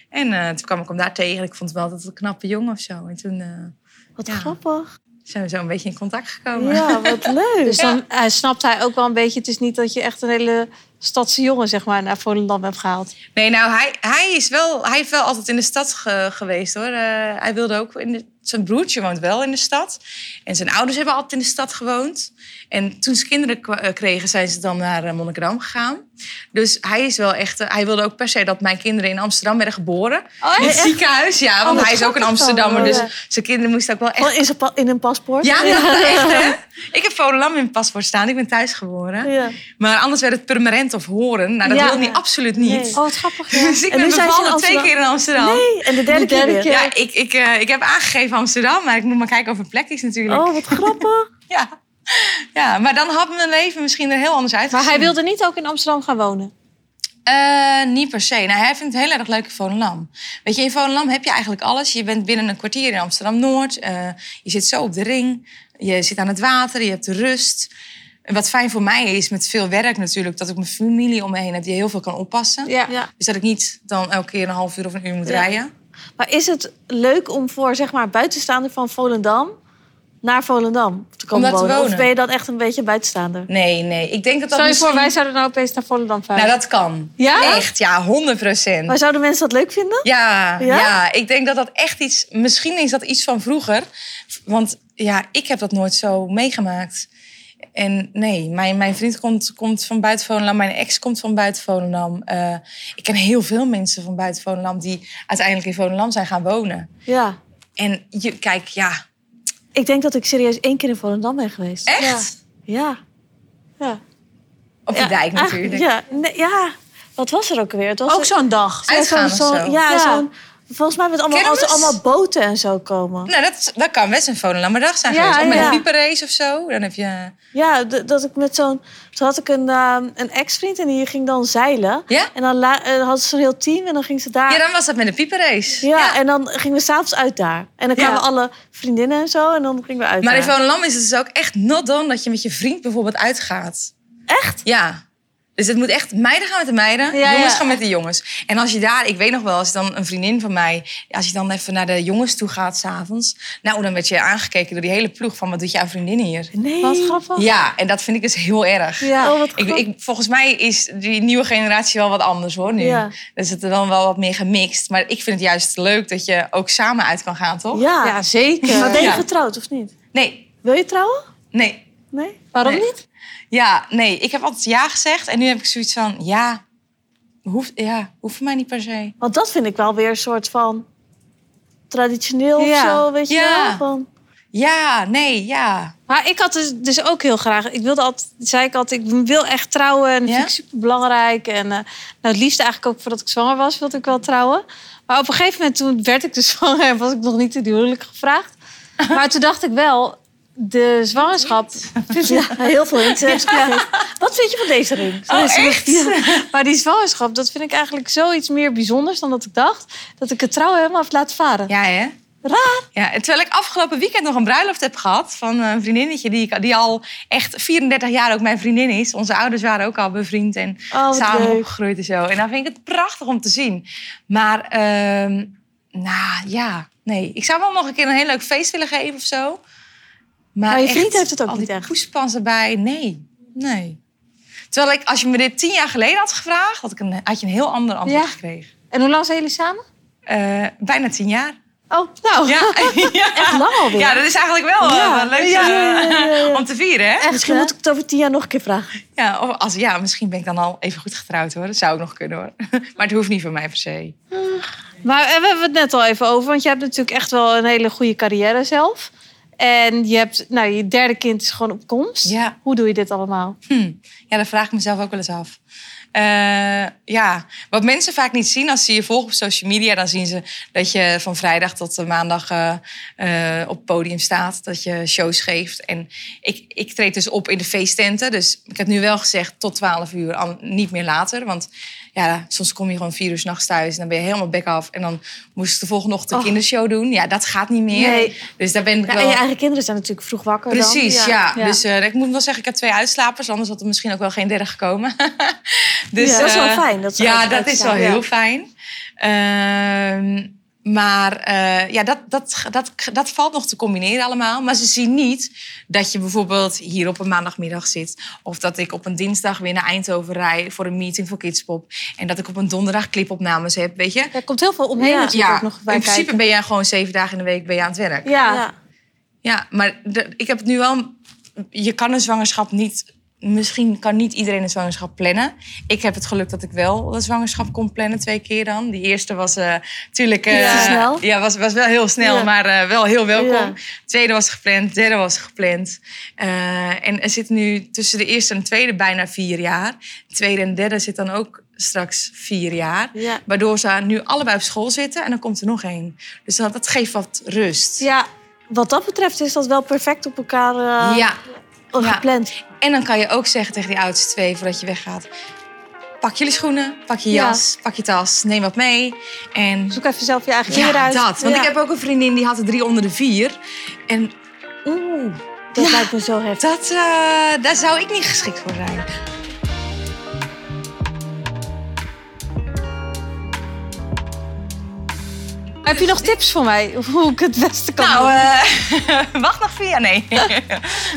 Speaker 3: En eh, toen kwam ik hem daar tegen. Ik vond hem altijd een knappe jongen of zo. En toen eh,
Speaker 1: Wat
Speaker 3: Ja.
Speaker 1: grappig.
Speaker 3: zijn we zo een beetje in contact gekomen.
Speaker 1: Ja, wat leuk.
Speaker 2: Dus dan eh, snapt hij ook wel een beetje. Het is niet dat je echt een hele stadse jongen zeg maar, naar Volendam hebt gehaald.
Speaker 3: Nee, nou, hij, hij, is wel, hij heeft wel altijd in de stad ge- geweest, hoor. Eh, hij wilde ook... In de, zijn broertje woont wel in de stad. En zijn ouders hebben altijd in de stad gewoond. En toen ze kinderen kwa- eh, kregen, zijn ze dan naar eh, Monnikendam gegaan. Dus hij is wel echt... eh, hij wilde ook per se dat mijn kinderen in Amsterdam werden geboren. in het ziekenhuis, ja. Want
Speaker 1: Oh, wat
Speaker 3: hij is ook een
Speaker 1: grappig Oh, dan.
Speaker 3: Amsterdammer. Dus
Speaker 1: Ja.
Speaker 3: zijn kinderen moesten ook wel echt...
Speaker 1: Gewoon in, zijn pa- in een paspoort.
Speaker 3: Ja, dat echt, hè? Ik heb Volendam in mijn paspoort staan. Ik ben thuis geboren.
Speaker 1: Ja.
Speaker 3: Maar anders werd het Permanent of Horen. Nou, dat
Speaker 1: Ja.
Speaker 3: wilde hij absoluut niet.
Speaker 1: Nee.
Speaker 2: Oh, wat grappig. ja.
Speaker 3: Dus ik
Speaker 1: En
Speaker 3: ben
Speaker 1: nu zijn ze in
Speaker 3: bevallen twee
Speaker 1: Amsterdam.
Speaker 3: keer in Amsterdam.
Speaker 1: Nee, en de derde,
Speaker 2: De derde
Speaker 1: keer. weer.
Speaker 2: keer.
Speaker 3: Ja, ik, ik, eh, ik heb aangegeven Amsterdam, maar ik moet maar kijken of er plek is natuurlijk.
Speaker 1: Oh, wat grappig.
Speaker 3: Ja. ja, maar dan had mijn leven misschien er heel anders uit.
Speaker 2: Maar hij wilde niet ook in Amsterdam gaan wonen.
Speaker 3: Eh, niet per se. Nou, hij vindt het heel erg leuk in Volendam. Weet je, in Volendam heb je eigenlijk alles. Je bent binnen een kwartier in Amsterdam-Noord. Eh, je zit zo op de ring. Je zit aan het water. Je hebt de rust. En wat fijn voor mij is, met veel werk natuurlijk... dat ik mijn familie om me heen heb die heel veel kan oppassen.
Speaker 2: Ja.
Speaker 1: Ja.
Speaker 3: Dus dat ik niet dan elke keer een half uur of een uur moet
Speaker 1: Ja.
Speaker 3: rijden.
Speaker 1: Maar is het leuk om voor zeg maar, buitenstaander van Volendam naar Volendam te komen
Speaker 3: Om daar te
Speaker 1: wonen?
Speaker 3: wonen.
Speaker 1: Of ben je dan echt een beetje buitenstaander?
Speaker 3: Nee, nee. Ik denk dat dat
Speaker 2: Stel je
Speaker 3: misschien-
Speaker 2: voor, wij zouden nou opeens naar Volendam
Speaker 3: Nou,
Speaker 2: verhuizen.
Speaker 3: dat kan.
Speaker 2: Ja?
Speaker 3: Echt, ja, 100 procent.
Speaker 1: Maar zouden mensen dat leuk vinden?
Speaker 3: Ja, ja?
Speaker 1: Ja?
Speaker 3: ik denk dat dat echt iets... Misschien is dat iets van vroeger. Want ja, ik heb dat nooit zo meegemaakt. En nee, mijn, mijn vriend komt, komt van buiten Volendam. Mijn ex komt van buiten Volendam. Eh, ik ken heel veel mensen van buiten Volendam... die uiteindelijk in Volendam zijn gaan wonen.
Speaker 1: Ja.
Speaker 3: En je, kijk, ja,
Speaker 1: Ik denk dat ik serieus één keer in Volendam ben geweest.
Speaker 3: echt?
Speaker 1: Ja. Ja.
Speaker 3: Op de
Speaker 1: Ja,
Speaker 3: dijk
Speaker 1: eigenlijk-
Speaker 3: natuurlijk.
Speaker 1: Ja, nee, ja. Wat was er ook weer? Het was
Speaker 2: Nou, Ook zo'n dag.
Speaker 1: Ja,
Speaker 3: Uitgaan
Speaker 1: zo'n-
Speaker 3: of
Speaker 1: zo'n-
Speaker 3: zo.
Speaker 1: Ja,
Speaker 2: Ja.
Speaker 1: zo'n Volgens mij met allemaal, als er
Speaker 3: Kermis?
Speaker 1: allemaal boten en zo komen.
Speaker 3: Nou, dat, is- dat kan best een Volenlammerdag zijn
Speaker 1: Ja,
Speaker 3: geweest. Of met
Speaker 1: ja.
Speaker 3: een pieperrace of zo. Dan heb je...
Speaker 1: Ja, d- dat ik met zo'n. Toen had ik een, ehm, een ex-vriend en die ging dan zeilen.
Speaker 3: Ja?
Speaker 1: En dan la- eh, hadden ze zo'n heel team en dan ging ze daar.
Speaker 3: Ja, dan was dat met een pieperrace.
Speaker 1: Ja, en dan gingen we s'avonds uit daar. En dan
Speaker 3: Ja.
Speaker 1: kwamen alle vriendinnen en zo en dan gingen we uit
Speaker 3: Maar in
Speaker 1: daar.
Speaker 3: Volendam is het dus ook echt not done dat je met je vriend bijvoorbeeld uitgaat.
Speaker 1: Echt?
Speaker 3: Ja. Dus het moet echt meiden gaan met de meiden,
Speaker 1: Ja,
Speaker 3: jongens
Speaker 1: ja.
Speaker 3: gaan met de jongens. En als je daar, ik weet nog wel, als dan een vriendin van mij, als je dan even naar de jongens toe gaat s'avonds, nou dan werd je aangekeken door die hele ploeg van wat doet jouw vriendin hier?
Speaker 1: Nee.
Speaker 2: Wat grappig.
Speaker 3: Ja, en dat vind ik dus heel erg.
Speaker 1: Ja. Oh, wat
Speaker 3: Ik,
Speaker 1: grappig.
Speaker 3: ik, volgens mij is die nieuwe generatie wel wat anders hoor nu.
Speaker 1: Ja.
Speaker 3: Dus het is dan wel wat meer gemixt. Maar ik vind het juist leuk dat je ook samen uit kan gaan, toch?
Speaker 1: Ja.
Speaker 2: Ja, zeker.
Speaker 1: Maar ben je
Speaker 3: Ja.
Speaker 1: getrouwd of niet?
Speaker 3: Nee,
Speaker 1: Wil je trouwen?
Speaker 3: nee,
Speaker 1: Nee?
Speaker 2: Waarom
Speaker 3: Nee.
Speaker 2: niet?
Speaker 3: Ja, nee, ik heb altijd ja gezegd en nu heb ik zoiets van ja, hoeft, ja, hoeft voor mij niet per se.
Speaker 1: Want dat vind ik wel weer een soort van traditioneel
Speaker 2: Ja.
Speaker 1: of zo, weet je
Speaker 3: Ja.
Speaker 1: wel? Van,
Speaker 3: Ja, nee, ja.
Speaker 2: Maar ik had dus, dus ook heel graag. Ik wilde altijd, zei ik altijd, ik wil echt trouwen. En dat
Speaker 3: Ja?
Speaker 2: vind ik super belangrijk. En eh, nou, het liefst eigenlijk ook voordat ik zwanger was, wilde ik wel trouwen. Maar op een gegeven moment, toen werd ik dus zwanger en was ik nog niet in die huwelijk gevraagd. Maar toen dacht ik wel, de zwangerschap.
Speaker 1: ja, heel veel hints. Ja. Wat vind je van deze ring?
Speaker 3: Oh, echt?
Speaker 2: Maar die zwangerschap, dat vind ik eigenlijk zoiets meer bijzonders dan dat ik dacht. Dat ik het trouwen helemaal heb laten varen.
Speaker 3: Ja, hè?
Speaker 2: Raar.
Speaker 3: Ja, en terwijl ik afgelopen weekend nog een bruiloft heb gehad van een vriendinnetje die, ik- die al echt 34 jaar ook mijn vriendin is. Onze ouders waren ook al bevriend en
Speaker 1: Oh, wat
Speaker 3: samen
Speaker 1: leuk.
Speaker 3: opgegroeid en zo. En dan vind ik het prachtig om te zien. Maar, ehm, nou ja, nee. Ik zou wel nog een keer een heel leuk feest willen geven of zo.
Speaker 1: Maar je
Speaker 3: echt,
Speaker 1: vriend heeft het ook
Speaker 3: al
Speaker 1: niet
Speaker 3: die
Speaker 1: echt?
Speaker 3: poespans erbij, nee. Nee. Terwijl ik, als je me dit tien jaar geleden had gevraagd, had, ik een, had je een heel ander antwoord
Speaker 2: Ja.
Speaker 3: gekregen.
Speaker 2: En hoe lang zijn jullie samen?
Speaker 3: Eh, bijna tien jaar.
Speaker 2: Oh, nou.
Speaker 3: Ja.
Speaker 1: Echt lang alweer.
Speaker 3: Ja, dat is eigenlijk wel
Speaker 1: Ja.
Speaker 3: eh, wel leuk
Speaker 1: Ja, ja,
Speaker 3: eh,
Speaker 1: ja, ja, ja.
Speaker 3: om te vieren, hè?
Speaker 2: Dus, eh,
Speaker 1: Misschien moet ik het over tien jaar nog een keer vragen.
Speaker 3: Ja, of als, ja, misschien ben ik dan al even goed getrouwd, hoor. Dat zou ook nog kunnen, hoor. Maar het hoeft niet voor mij per se.
Speaker 2: Maar we hebben het net al even over, want je hebt natuurlijk echt wel een hele goede carrière zelf. En je hebt, nou, je derde kind is gewoon op komst.
Speaker 3: Ja.
Speaker 2: Hoe doe je dit allemaal?
Speaker 3: Hm. Ja, dat vraag ik mezelf ook wel eens af. Eh, ja, wat mensen vaak niet zien als ze je volgen op social media, dan zien ze dat je van vrijdag tot eh, maandag eh, eh, op het podium staat, dat je shows geeft. En ik, ik treed dus op in de feesttenten, dus ik heb nu wel gezegd tot 12 uur, an- niet meer later. Want ja, soms kom je gewoon vier uur 's nachts thuis en dan ben je helemaal back af. En dan moest ik de volgende ochtend een
Speaker 1: Oh.
Speaker 3: kindershow doen. Ja, dat gaat niet meer.
Speaker 1: Nee.
Speaker 3: Dus daar ben ik
Speaker 1: Ja,
Speaker 3: wel...
Speaker 1: en je eigen kinderen zijn natuurlijk vroeg wakker dan.
Speaker 3: Precies, ja.
Speaker 2: ja.
Speaker 3: Dus eh, ik moet wel zeggen, ik heb twee uitslapers. Anders had er misschien ook wel geen derde gekomen. dus,
Speaker 1: Ja, dat is wel
Speaker 3: eh,
Speaker 1: fijn, dat ze
Speaker 3: ja,
Speaker 1: uit-
Speaker 3: dat is wel
Speaker 1: uitslapen, ja.
Speaker 3: heel fijn. Ehm, maar eh, ja, dat, dat, dat, dat valt nog te combineren allemaal. Maar ze zien niet dat je bijvoorbeeld hier op een maandagmiddag zit. Of dat ik op een dinsdag weer naar Eindhoven rij voor een meeting voor Kidspop. En dat ik op een donderdag clipopnames heb, weet je.
Speaker 2: Er komt heel veel omheen
Speaker 1: Ja.
Speaker 2: natuurlijk ook nog bij
Speaker 3: in principe
Speaker 2: kijken.
Speaker 3: ben jij gewoon zeven dagen in de week ben je aan het werk.
Speaker 1: Ja.
Speaker 2: Ja.
Speaker 3: Ja, maar de- ik heb het nu wel. Je kan een zwangerschap niet. Misschien kan niet iedereen een zwangerschap plannen. Ik heb het geluk dat ik wel een zwangerschap kon plannen, twee keer dan. Die eerste was natuurlijk.
Speaker 1: Te snel?
Speaker 3: Ja, was, was wel heel snel,
Speaker 1: Ja.
Speaker 3: maar eh, wel heel welkom.
Speaker 1: Ja.
Speaker 3: Tweede was gepland, derde was gepland. Eh, en er zit nu tussen de eerste en tweede bijna vier jaar. Tweede en derde zit dan ook straks vier jaar.
Speaker 1: Ja.
Speaker 3: Waardoor ze nu allebei op school zitten en dan komt er nog één. Dus dat, dat geeft wat rust.
Speaker 1: Ja, wat dat betreft is dat wel perfect op elkaar eh,
Speaker 3: ja. ja.
Speaker 1: gepland.
Speaker 3: En dan kan je ook zeggen tegen die oudste twee voordat je weggaat: pak jullie schoenen, pak je
Speaker 2: Ja.
Speaker 3: jas, pak je tas, neem wat mee. En
Speaker 2: Zoek even zelf je eigen
Speaker 3: ja,
Speaker 2: kinderen uit.
Speaker 3: dat. Want
Speaker 1: Ja.
Speaker 3: ik heb ook een vriendin die had er drie onder de vier. En oeh,
Speaker 1: Dat lijkt me zo heftig.
Speaker 3: dat, eh, daar zou ik niet geschikt voor zijn.
Speaker 2: Heb je nog tips voor mij? Hoe ik het beste kan
Speaker 3: Nou,
Speaker 2: doen?
Speaker 3: eh, wacht nog vier jaar. Nee.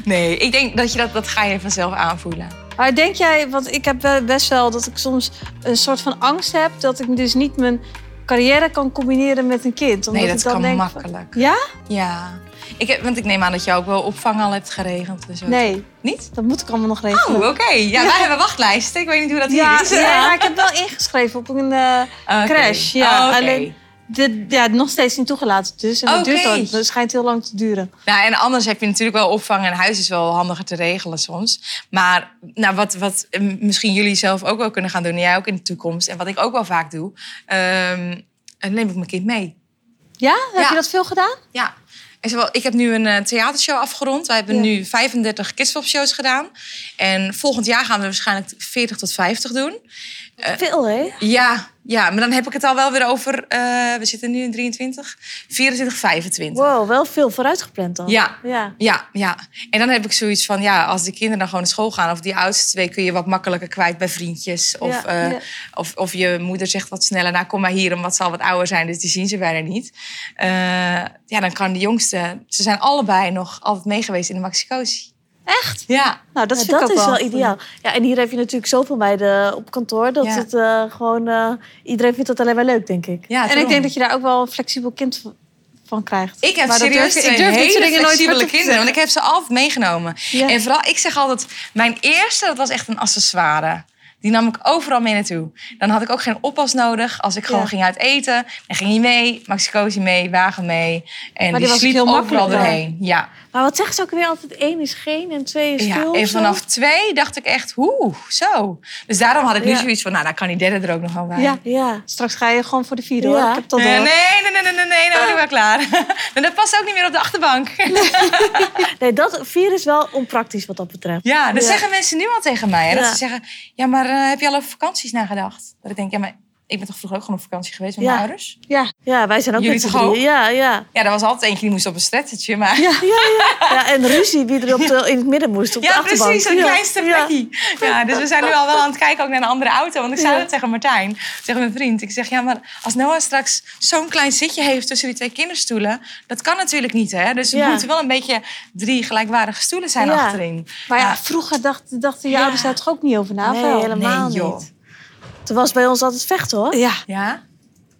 Speaker 3: nee, ik denk dat je dat, dat ga je vanzelf aanvoelen.
Speaker 2: Maar denk jij, want ik heb wel- best wel dat ik soms een soort van angst heb... dat ik dus niet mijn carrière kan combineren met een kind. Omdat
Speaker 3: Nee, dat
Speaker 2: ik dan
Speaker 3: kan
Speaker 2: denk, van-
Speaker 3: makkelijk.
Speaker 2: Ja?
Speaker 3: Ja. Ik heb, want ik neem aan dat je ook wel opvang al hebt geregeld en zo.
Speaker 2: Nee,
Speaker 3: Niet?
Speaker 2: dat moet ik allemaal nog
Speaker 3: Oh,
Speaker 2: regelen.
Speaker 3: oké. Ja, wij hebben wachtlijsten. Ik weet niet hoe dat
Speaker 2: ja,
Speaker 3: hier is.
Speaker 2: nee, maar ik heb wel ingeschreven op een... eh,
Speaker 3: Ah, Oké.
Speaker 2: crash, ja.
Speaker 3: Oké.
Speaker 2: Alleen- Dit, ja, nog steeds niet toegelaten dus. En dat
Speaker 3: Oké.
Speaker 2: duurt ook. Dat schijnt heel lang te duren.
Speaker 3: Nou, en anders heb je natuurlijk wel opvang en huis is wel handiger te regelen soms. Maar nou, wat, wat eh, misschien jullie zelf ook wel kunnen gaan doen, en jij ook in de toekomst. En wat ik ook wel vaak doe, ehm, eh, neem ik mijn kind mee.
Speaker 2: Ja? Heb
Speaker 3: Ja.
Speaker 2: je dat veel gedaan?
Speaker 3: Ja. En zowel, ik heb nu een eh, theatershow afgerond. Wij hebben
Speaker 2: Ja.
Speaker 3: nu 35 kidswap-shows gedaan. En volgend jaar gaan we waarschijnlijk 40 tot 50 doen.
Speaker 1: Veel, hè?
Speaker 3: Ja, ja maar dan heb ik het al wel weer over... eh, we zitten nu in 23, 24, 25.
Speaker 1: Wow, wel veel vooruitgepland dan.
Speaker 3: Ja.
Speaker 1: ja.
Speaker 3: Ja, ja. En dan heb ik zoiets van, ja, als de kinderen dan gewoon naar school gaan... of die oudste twee kun je wat makkelijker kwijt bij vriendjes. Of,
Speaker 1: Ja,
Speaker 3: eh,
Speaker 1: ja.
Speaker 3: of, of je moeder zegt wat sneller, nou kom maar hier... omdat ze al wat ouder zijn, dus die zien ze bijna niet. Eh, ja, dan kan de jongste... Ze zijn allebei nog altijd meegeweest in de Maxicosi.
Speaker 2: Echt?
Speaker 3: Ja,
Speaker 2: Nou, dat
Speaker 1: Ja,
Speaker 2: vind ik ook
Speaker 1: is wel
Speaker 2: goed.
Speaker 1: ideaal. Ja, en hier heb je natuurlijk zoveel meiden op kantoor. Dat
Speaker 3: Ja.
Speaker 1: het eh, gewoon... eh, iedereen vindt dat alleen maar leuk, denk ik.
Speaker 3: ja
Speaker 2: en ik denk dat je daar ook wel een flexibel kind v- van krijgt.
Speaker 3: Ik heb
Speaker 2: Maar dat
Speaker 3: serieus
Speaker 2: durf-
Speaker 3: twee
Speaker 2: ik durf dit
Speaker 3: hele
Speaker 2: soort dingen nooit
Speaker 3: flexibele
Speaker 2: hardop te
Speaker 3: kinderen. Want ik heb ze altijd meegenomen.
Speaker 1: Ja.
Speaker 3: En vooral, ik zeg altijd... Mijn eerste, dat was echt een accessoire. Die nam ik overal mee naartoe. Dan had ik ook geen oppas nodig. Als ik gewoon
Speaker 1: Ja.
Speaker 3: ging uit eten, dan ging hij mee. Maxicosi mee, wagen mee. En
Speaker 2: die
Speaker 3: die,
Speaker 2: was
Speaker 3: sliep
Speaker 2: heel
Speaker 3: overal
Speaker 2: makkelijk, ja.
Speaker 3: doorheen. Ja.
Speaker 1: Maar wat zeggen ze ook weer altijd? Eén is geen en twee is
Speaker 3: Ja,
Speaker 1: veel.
Speaker 3: en
Speaker 1: of zo?
Speaker 3: vanaf twee dacht ik echt, hoe, zo. Dus daarom had ik nu
Speaker 1: Ja.
Speaker 3: zoiets van, nou, dan kan die derde er ook nog wel bij.
Speaker 2: Ja.
Speaker 1: Ja.
Speaker 2: Straks ga je gewoon voor de vierde, hoor.
Speaker 1: Ja.
Speaker 2: Ik heb dat
Speaker 3: Eh,
Speaker 2: door.
Speaker 3: nee, nee, nee, nee, nee, nee, nou ben ik wel klaar. En dat past ook niet meer op de achterbank.
Speaker 1: Nee, dat vier is wel onpraktisch wat dat betreft.
Speaker 3: Ja, dat
Speaker 1: Ja.
Speaker 3: zeggen mensen nu al tegen mij. Hè? Dat
Speaker 1: Ja.
Speaker 3: ze zeggen, ja, maar eh, heb je al over vakanties nagedacht? Dat ik denk, ja, maar ik ben toch vroeger ook gewoon op vakantie geweest met
Speaker 1: Ja.
Speaker 3: mijn ouders?
Speaker 2: Ja.
Speaker 1: Ja, wij zijn ook
Speaker 3: Jullie
Speaker 1: met z'n
Speaker 3: toch ook?
Speaker 1: drieën. Ja, ja.
Speaker 3: Ja, er was altijd eentje die moest op een strettertje, maar... Ja,
Speaker 1: Ja, ja, ja. ja, en ruzie die er op de, in het midden moest, op de achterbank.
Speaker 3: precies, dat
Speaker 1: Ja,
Speaker 3: kleinste
Speaker 1: ja.
Speaker 3: plekje. Ja. dus we zijn nu al wel aan het kijken ook naar een andere auto. Want ik zei
Speaker 1: Ja.
Speaker 3: dat tegen Martijn, tegen mijn vriend. Ik zeg, ja, maar als Noah straks zo'n klein zitje heeft tussen die twee kinderstoelen... dat kan natuurlijk niet, hè? Dus er
Speaker 1: Ja.
Speaker 3: moeten wel een beetje drie gelijkwaardige stoelen zijn
Speaker 1: Ja.
Speaker 3: achterin. Ah,
Speaker 2: Maar ja,
Speaker 3: Ja.
Speaker 2: vroeger dacht, dachten je
Speaker 3: Ja.
Speaker 2: ouders daar toch ook niet over na? of
Speaker 1: Nee,
Speaker 2: wel?
Speaker 1: helemaal
Speaker 3: Nee, joh.
Speaker 1: niet. Toen was bij ons altijd vechten, hoor.
Speaker 2: Ja,
Speaker 3: Ja?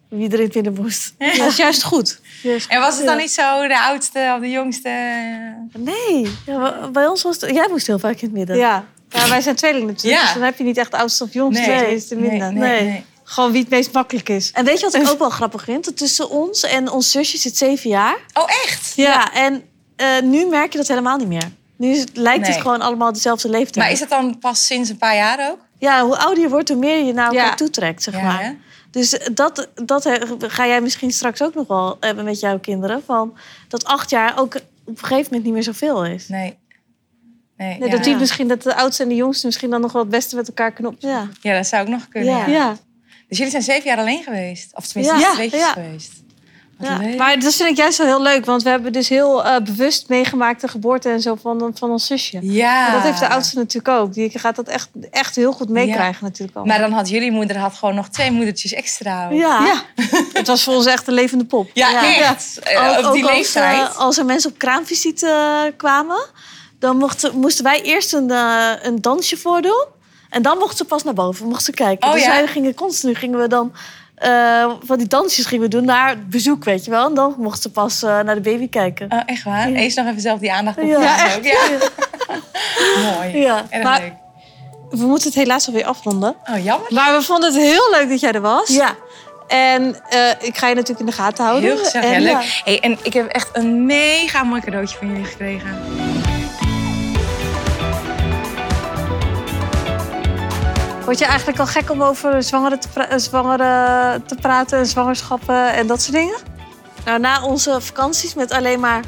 Speaker 1: Wie er in het midden moest. Dus-
Speaker 2: dat is juist goed.
Speaker 3: En was het dan
Speaker 1: Ja.
Speaker 3: niet zo, de oudste of de jongste?
Speaker 1: Nee, ja, wa- bij ons was het... Jij moest heel vaak in het midden.
Speaker 2: Ja. Ja, wij zijn tweelingen natuurlijk,
Speaker 3: Ja.
Speaker 2: dus dan heb je niet echt oudste of jongste.
Speaker 3: Nee.
Speaker 2: Nee, is te minder.
Speaker 3: Nee, nee, nee.
Speaker 2: Gewoon wie het meest makkelijk is.
Speaker 1: En weet je wat ik ook wel grappig vind? Dat tussen ons en ons zusje zit zeven jaar.
Speaker 3: Oh, echt?
Speaker 1: Ja. en eh, nu merk je dat helemaal niet meer. Nu is het- lijkt
Speaker 3: Nee.
Speaker 1: het gewoon allemaal dezelfde leeftijd.
Speaker 3: Maar is dat dan pas sinds een paar jaar ook?
Speaker 1: Ja, hoe ouder je wordt, hoe meer je naar elkaar
Speaker 2: Ja.
Speaker 1: toetrekt, zeg
Speaker 3: Ja,
Speaker 1: maar.
Speaker 3: hè?
Speaker 1: Dus dat, dat he- ga jij misschien straks ook nog wel hebben met jouw kinderen. Van dat acht jaar ook op een gegeven moment niet meer zoveel is.
Speaker 3: Nee. Nee,
Speaker 2: Nee,
Speaker 3: ja.
Speaker 2: dat, die misschien, dat de oudste en de jongste misschien dan nog wel het beste met elkaar kunnen opzoeken.
Speaker 1: Ja.
Speaker 3: ja, dat zou ook nog kunnen.
Speaker 1: Ja.
Speaker 3: Ja.
Speaker 2: Ja.
Speaker 3: Dus jullie zijn zeven jaar alleen geweest? Of tenminste,
Speaker 1: Ja,
Speaker 3: ja. tweetjes
Speaker 1: ja.
Speaker 3: geweest? Wat
Speaker 1: Ja,
Speaker 3: leuk.
Speaker 2: Maar dat vind ik juist wel heel leuk, want we hebben dus heel eh, bewust meegemaakt de geboorte en zo van, eh, van ons zusje.
Speaker 3: ja.
Speaker 2: En Dat heeft de oudste natuurlijk ook. Die gaat dat echt, echt heel goed meekrijgen natuurlijk al.
Speaker 3: Maar dan had jullie moeder had gewoon nog twee moedertjes extra. ook.
Speaker 1: Ja.
Speaker 2: ja. het was voor ons echt een levende pop.
Speaker 3: Ja,
Speaker 1: Ja.
Speaker 3: echt. Eh,
Speaker 1: Ook-
Speaker 3: op die
Speaker 1: ook als,
Speaker 3: leeftijd.
Speaker 1: eh, Als, er mensen op kraamvisite eh, kwamen, dan mochten, moesten wij eerst een, eh, een dansje voordoen. En dan mochten ze pas naar boven, mochten ze kijken.
Speaker 3: Oh,
Speaker 1: dus
Speaker 3: ja?
Speaker 1: wij gingen continu, gingen we dan eh, van die dansjes gingen we doen naar het bezoek, weet je wel. En dan mochten ze pas eh, naar de baby kijken.
Speaker 3: Oh, echt waar?
Speaker 1: Ja.
Speaker 3: Eens nog even zelf die aandacht op
Speaker 1: Ja,
Speaker 3: ja, ook. Ja. Mooi.
Speaker 1: Ja.
Speaker 3: Erg
Speaker 2: Maar-
Speaker 3: leuk.
Speaker 2: We moeten het helaas alweer afronden.
Speaker 3: Oh, jammer.
Speaker 2: Maar we vonden het heel leuk dat jij er was.
Speaker 1: Ja,
Speaker 2: En eh, ik ga je natuurlijk in de gaten houden.
Speaker 3: Heel gezellig.
Speaker 2: En,
Speaker 3: Ja, leuk.
Speaker 2: ja.
Speaker 3: Hey, en ik heb echt een mega mooi cadeautje van jullie gekregen.
Speaker 2: Word je eigenlijk al gek om over zwangeren te, pra- eh, zwangeren te praten en zwangerschappen en dat soort dingen?
Speaker 1: nou na onze vakanties met alleen maar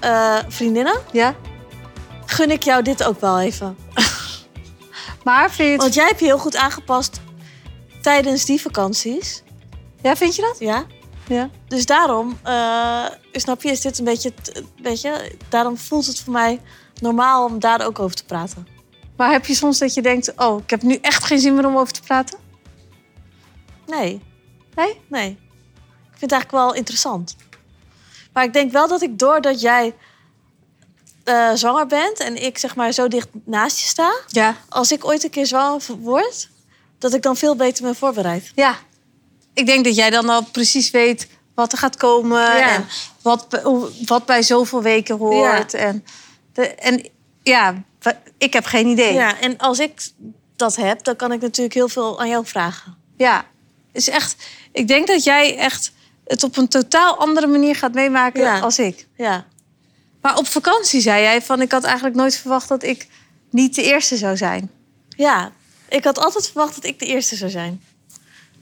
Speaker 1: eh, vriendinnen,
Speaker 2: Ja.
Speaker 1: gun ik jou dit ook wel even.
Speaker 2: Maar vind je het...
Speaker 1: Want jij hebt je heel goed aangepast tijdens die vakanties.
Speaker 2: Ja, vind je dat?
Speaker 1: Ja?
Speaker 2: Ja.
Speaker 1: Dus daarom, eh, snap je, is dit een beetje, t- weet je, daarom voelt het voor mij normaal om daar ook over te praten.
Speaker 2: Maar heb je soms dat je denkt, oh, ik heb nu echt geen zin meer om over te praten?
Speaker 1: Nee.
Speaker 2: Nee?
Speaker 1: Nee. Ik vind het eigenlijk wel interessant. Maar ik denk wel dat ik, doordat jij eh, zwanger bent en ik zeg maar zo dicht naast je sta,
Speaker 2: Ja.
Speaker 1: als ik ooit een keer zwanger word, dat ik dan veel beter ben voorbereid.
Speaker 2: Ja. Ik denk dat jij dan al precies weet wat er gaat komen
Speaker 1: Ja.
Speaker 2: eh, en wat, be- hoe- wat bij zoveel weken hoort. En, de, en ja, wa- ik heb geen idee.
Speaker 1: Ja, en als ik dat heb, dan kan ik natuurlijk heel veel aan jou vragen.
Speaker 2: Ja. Is echt, ik denk dat jij echt het op een totaal andere manier gaat meemaken
Speaker 1: Ja.
Speaker 2: als ik.
Speaker 1: Ja.
Speaker 2: Maar op vakantie zei jij van, ik had eigenlijk nooit verwacht dat ik niet de eerste zou zijn.
Speaker 1: Ja, ik had altijd verwacht dat ik de eerste zou zijn.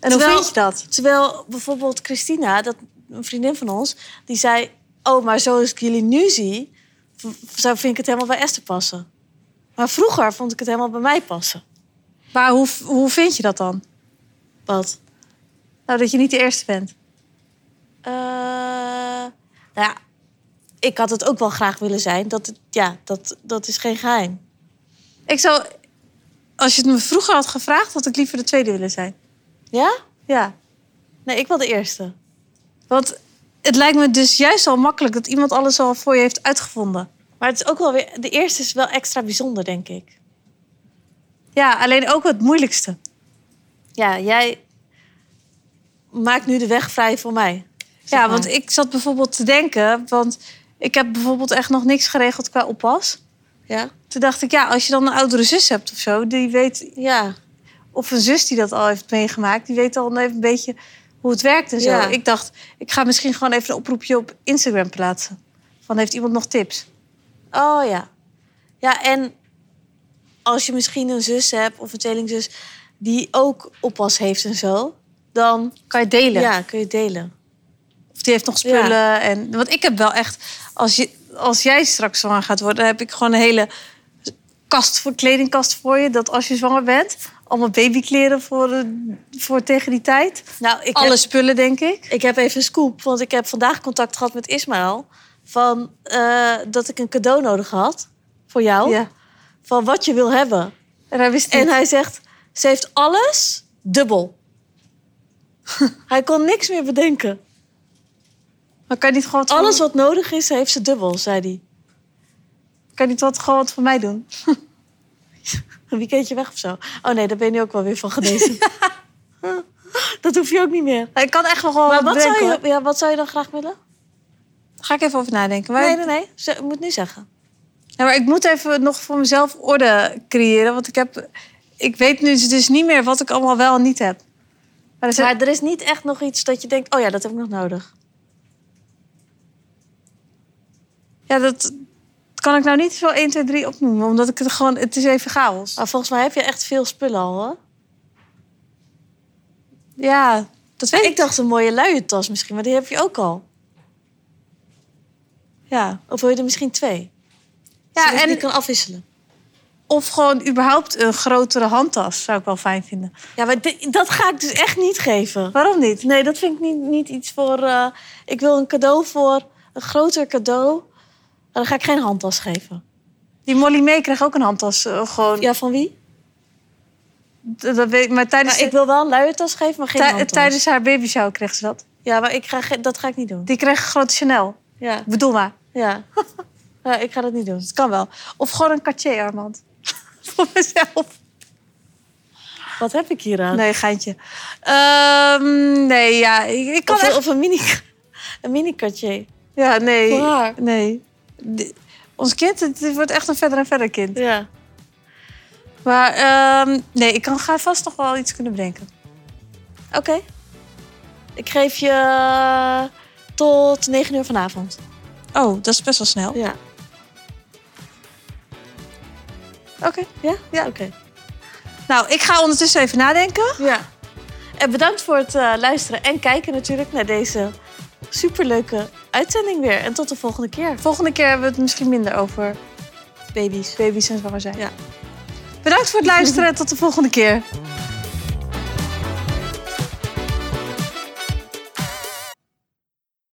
Speaker 1: En hoe vind je dat? Terwijl bijvoorbeeld Christina, dat, een vriendin van ons, die zei... Oh, maar zoals ik jullie nu zie, v- zou vind ik het helemaal bij Esther passen. Maar vroeger vond ik het helemaal bij mij passen.
Speaker 2: Maar hoe, hoe vind je dat dan?
Speaker 1: Wat?
Speaker 2: Nou, dat je niet de eerste bent.
Speaker 1: Eh, nou ja, ik had het ook wel graag willen zijn. Dat, het- ja, dat, dat is geen geheim.
Speaker 2: Ik zou, als je het me vroeger had gevraagd, had ik liever de tweede willen zijn.
Speaker 1: Ja?
Speaker 2: Ja.
Speaker 1: Nee, ik wil de eerste.
Speaker 2: Want het lijkt me dus juist al makkelijk dat iemand alles al voor je heeft uitgevonden.
Speaker 1: Maar het is ook wel weer... De eerste is wel extra bijzonder, denk ik.
Speaker 2: Ja, alleen ook het moeilijkste.
Speaker 1: Ja, jij maakt nu de weg vrij voor mij.
Speaker 2: Ja, want ik zat bijvoorbeeld te denken, want ik heb bijvoorbeeld echt nog niks geregeld qua oppas.
Speaker 1: Ja?
Speaker 2: Toen dacht ik, ja, als je dan een oudere zus hebt of zo, die weet,
Speaker 1: Ja.
Speaker 2: of een zus die dat al heeft meegemaakt, die weet al even een beetje hoe het werkt en zo.
Speaker 1: Ja.
Speaker 2: Ik dacht, ik ga misschien gewoon even een oproepje op Instagram plaatsen. Van heeft iemand nog tips?
Speaker 1: Oh ja. Ja, en als je misschien een zus hebt of een tweelingzus... die ook oppas heeft en zo... dan
Speaker 2: Kan je delen?
Speaker 1: ja, kun je het delen.
Speaker 2: Of die heeft nog spullen. En, want ik heb wel echt, als, je, als jij straks zwanger gaat worden, heb ik gewoon een hele kast voor, kledingkast voor je. Dat als je zwanger bent, allemaal babykleren voor, de- voor tegen die tijd.
Speaker 1: Nou, ik
Speaker 2: Alle spullen, denk ik.
Speaker 1: Ik heb even een scoop, want ik heb vandaag contact gehad met Ismaël. Van eh, dat ik een cadeau nodig had voor jou.
Speaker 2: Ja.
Speaker 1: Van wat je wil hebben.
Speaker 2: En hij wist niet.
Speaker 1: En hij zegt, ze heeft alles dubbel. hij kon niks meer bedenken.
Speaker 2: Maar kan je niet gewoon wat
Speaker 1: Alles
Speaker 2: van,
Speaker 1: wat nodig is, heeft ze dubbel, zei hij.
Speaker 2: kan je niet wat, gewoon wat voor mij doen?
Speaker 1: Een weekendje weg of zo. Oh nee, daar ben je nu ook wel weer van genezen. dat hoef je ook niet meer.
Speaker 2: Ik kan echt wel gewoon
Speaker 1: Maar
Speaker 2: Oh, wat
Speaker 1: wat zou,
Speaker 2: bedenken,
Speaker 1: je, ja, wat zou je dan graag willen?
Speaker 2: hoor. Ga ik even over nadenken. Maar,
Speaker 1: Nee, nee, nee. Ze je moet nu zeggen.
Speaker 2: Ja, maar ik moet even nog voor mezelf orde creëren. Want ik, heb, ik weet nu dus niet meer wat ik allemaal wel en niet heb. Maar er zijn-
Speaker 1: Maar er is niet echt nog iets dat je denkt, oh ja, dat heb ik nog nodig.
Speaker 2: Ja, dat kan ik nou niet zo 1, 2, 3 opnoemen. Omdat ik het gewoon... Het is even chaos.
Speaker 1: Maar volgens mij heb je echt veel spullen al, hè?
Speaker 2: Ja, dat weet ik.
Speaker 1: Ik dacht een mooie luientas misschien, maar die heb je ook al.
Speaker 2: Ja.
Speaker 1: Of wil je er misschien twee?
Speaker 2: Ja,
Speaker 1: Zodat je die
Speaker 2: en
Speaker 1: kan afwisselen.
Speaker 2: of gewoon überhaupt een grotere handtas zou ik wel fijn vinden.
Speaker 1: Ja, maar di- dat ga ik dus echt niet geven.
Speaker 2: Waarom niet?
Speaker 1: Nee, dat vind ik niet, niet iets voor... eh, ik wil een cadeau voor... Een groter cadeau. Maar dan ga ik geen handtas geven.
Speaker 2: Die Molly mee kreeg ook een handtas. eh, gewoon,
Speaker 1: Ja, van wie?
Speaker 2: dat, dat weet, maar tijdens,
Speaker 1: Maar ik wil wel een luientas geven, maar geen
Speaker 2: dus tij-
Speaker 1: handtas.
Speaker 2: tijdens haar baby shower kreeg ze dat.
Speaker 1: Ja, maar ik ga ge- dat ga ik niet doen.
Speaker 2: Die kreeg een grote Chanel.
Speaker 1: Ja,
Speaker 2: Bedoel maar.
Speaker 1: ja. ja, ik ga dat niet doen.
Speaker 2: Het kan wel. Of gewoon een Cartier armband. voor mezelf.
Speaker 1: Wat heb ik hier aan?
Speaker 2: Nee, geintje. Ehm, nee, ja. Ik, ik kan
Speaker 1: Of,
Speaker 2: echt...
Speaker 1: of een mini... Een mini Cartier.
Speaker 2: Ja, nee.
Speaker 1: Voor haar.
Speaker 2: Nee. De- ons kind, het het wordt echt een verder en verder kind.
Speaker 1: Ja.
Speaker 2: Maar ehm, nee, ik kan ga vast nog wel iets kunnen bedenken.
Speaker 1: Oké. Ik geef je eh, tot 9 uur vanavond.
Speaker 2: Oh, dat is best wel snel.
Speaker 1: Ja.
Speaker 2: Oké.
Speaker 1: Ja?
Speaker 2: Ja.
Speaker 1: Oké.
Speaker 2: Nou, ik ga ondertussen even nadenken.
Speaker 1: Ja. En bedankt voor het eh, luisteren en kijken natuurlijk naar deze superleuke uitzending weer. En tot de volgende keer,
Speaker 2: Volgende keer hebben we het misschien minder over
Speaker 1: baby's.
Speaker 2: baby's en zwanger zijn.
Speaker 1: Ja.
Speaker 2: Bedankt voor het luisteren. Tot de volgende keer.